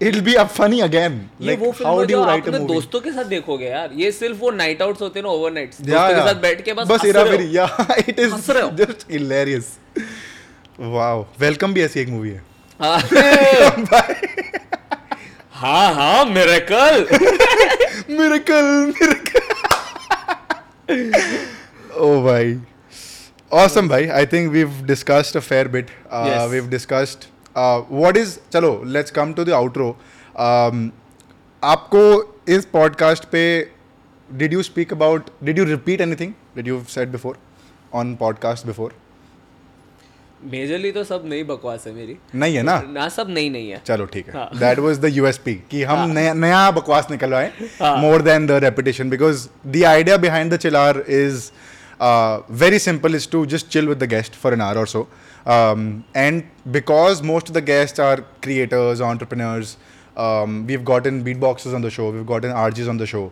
B: It'll be uh, funny again.
A: ये
B: Like
A: वो
B: how
A: film
B: do
A: जो
B: you write a
A: आपने
B: movie?
A: दोस्तों के साथ देखोगे यार ये सिर्फ वो नाइट आउट्स होते हैं ना ओवरनाइट्स
B: Yeah,
A: दोस्तों के
B: yeah.
A: साथ बैठ के बस
B: बस
A: हंस रहे
B: हेरा
A: हो।
B: फेरी या *laughs* इट इज
A: हंस रहे हो।
B: जस्ट हिलेरियस वाओ वेलकम भी ऐसी एक मूवी है
A: हाँ
B: *laughs*
A: हाँ हाँ मिरेकल
B: मिरेकल मिरेकल *laughs* ओ Oh भाई awesome भाई I think we have discussed a fair bit
A: Yes.
B: We have discussed what is uh, चलो let's come to the outro Um, आपको इस पॉडकास्ट पे did you speak about did you repeat anything did you said before on podcast before
A: majorly तो सब नई बकवास है मेरी
B: नहीं है ना
A: ना सब नई नहीं है
B: चलो ठीक है
A: हाँ।
B: दैट वाज द यूएसपी कि हम नया नया बकवास निकलवाए more than the repetition because the idea behind the chiller is very simple is to just chill with the guest for an hour और so and because most of the guest are creators entrepreneurs um, we've gotten beatboxers on the show we've gotten rgs on the show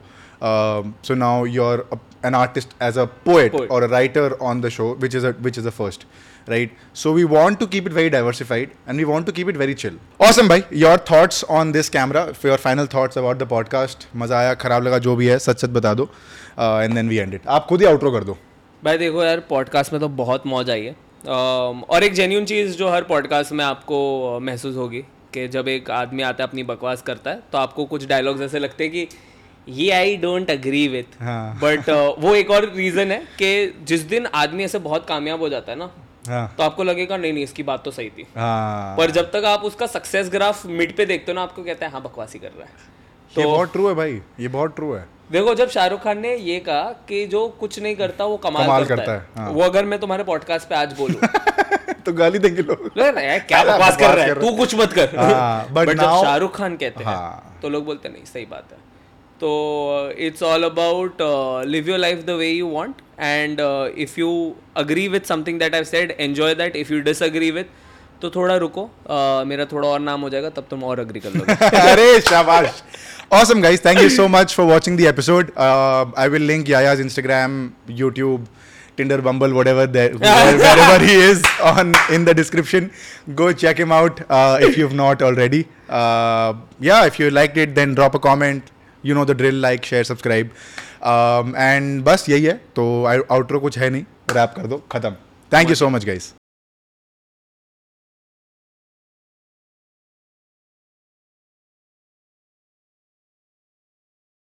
B: um, so now you're a, an artist as a poet,
A: Poet.
B: or a writer on the show which is a which is the first right so we want to keep it very diversified and we want to keep it very chill awesome bhai your thoughts on this camera for your final thoughts about the podcast मजा आया खराब लगा जो भी है सच सच बता दो and then we and it आप खुद ही आउटरो कर दो
A: भाई देखो यार पॉडकास्ट में तो बहुत मौज आई है अम, और एक जेन्यून चीज़ जो हर पॉडकास्ट में आपको अ, महसूस होगी कि जब एक आदमी आता है अपनी बकवास करता है तो आपको कुछ डायलॉग्स ऐसे लगते हैं कि ये आई डोंट एग्री विथ
B: हाँ।
A: बट वो एक और रीज़न है कि जिस दिन आदमी ऐसे बहुत कामयाब हो जाता है ना
B: हाँ
A: तो आपको लगेगा नहीं नहीं इसकी बात तो सही थी
B: हाँ
A: पर जब तक आप उसका सक्सेस ग्राफ मिड पे देखते हो ना आपको कहता है हाँ बकवासी कर रहा है
B: ये बहुत ट्रू है भाई ये बहुत ट्रू *laughs* है
A: देखो जब शाहरुख खान ने ये कहा कि जो कुछ नहीं करता वो कमाल,
B: कमाल
A: करता,
B: करता
A: है,
B: है, हाँ।
A: वो अगर मैं तुम्हारे पॉडकास्ट पे आज
B: *laughs*
A: बोलूं
B: तो गाली देंगे लोग
A: लोग कहते हैं, "यार,
B: *laughs*
A: क्या
B: अरे
A: बकवास
B: बकवास
A: कर रहा है
B: कर
A: तू कुछ मत कर *laughs*
B: हाँ, but
A: बट जब
B: now-
A: शाहरुख खान कहते हैं
B: हाँ।
A: तो लोग बोलते हैं, नहीं सही बात है तो it's all about live your life the way you want and if you agree with something that I said enjoy that if you disagree with तो थोड़ा रुको uh, मेरा थोड़ा और नाम हो जाएगा तब तुम और अग्री कर लोगे
B: *laughs* अरे शाबाश awesome guys thank you so much for watching the episode uh, i will link yaya's instagram youtube tinder bumble whatever there where- wherever he is on in the description go check him out uh, if you've not already uh, yeah if you liked it then drop a comment you know the drill like share subscribe um, and बस यही है तो outro कुछ है नहीं rap कर दो खत्म thank you so much guys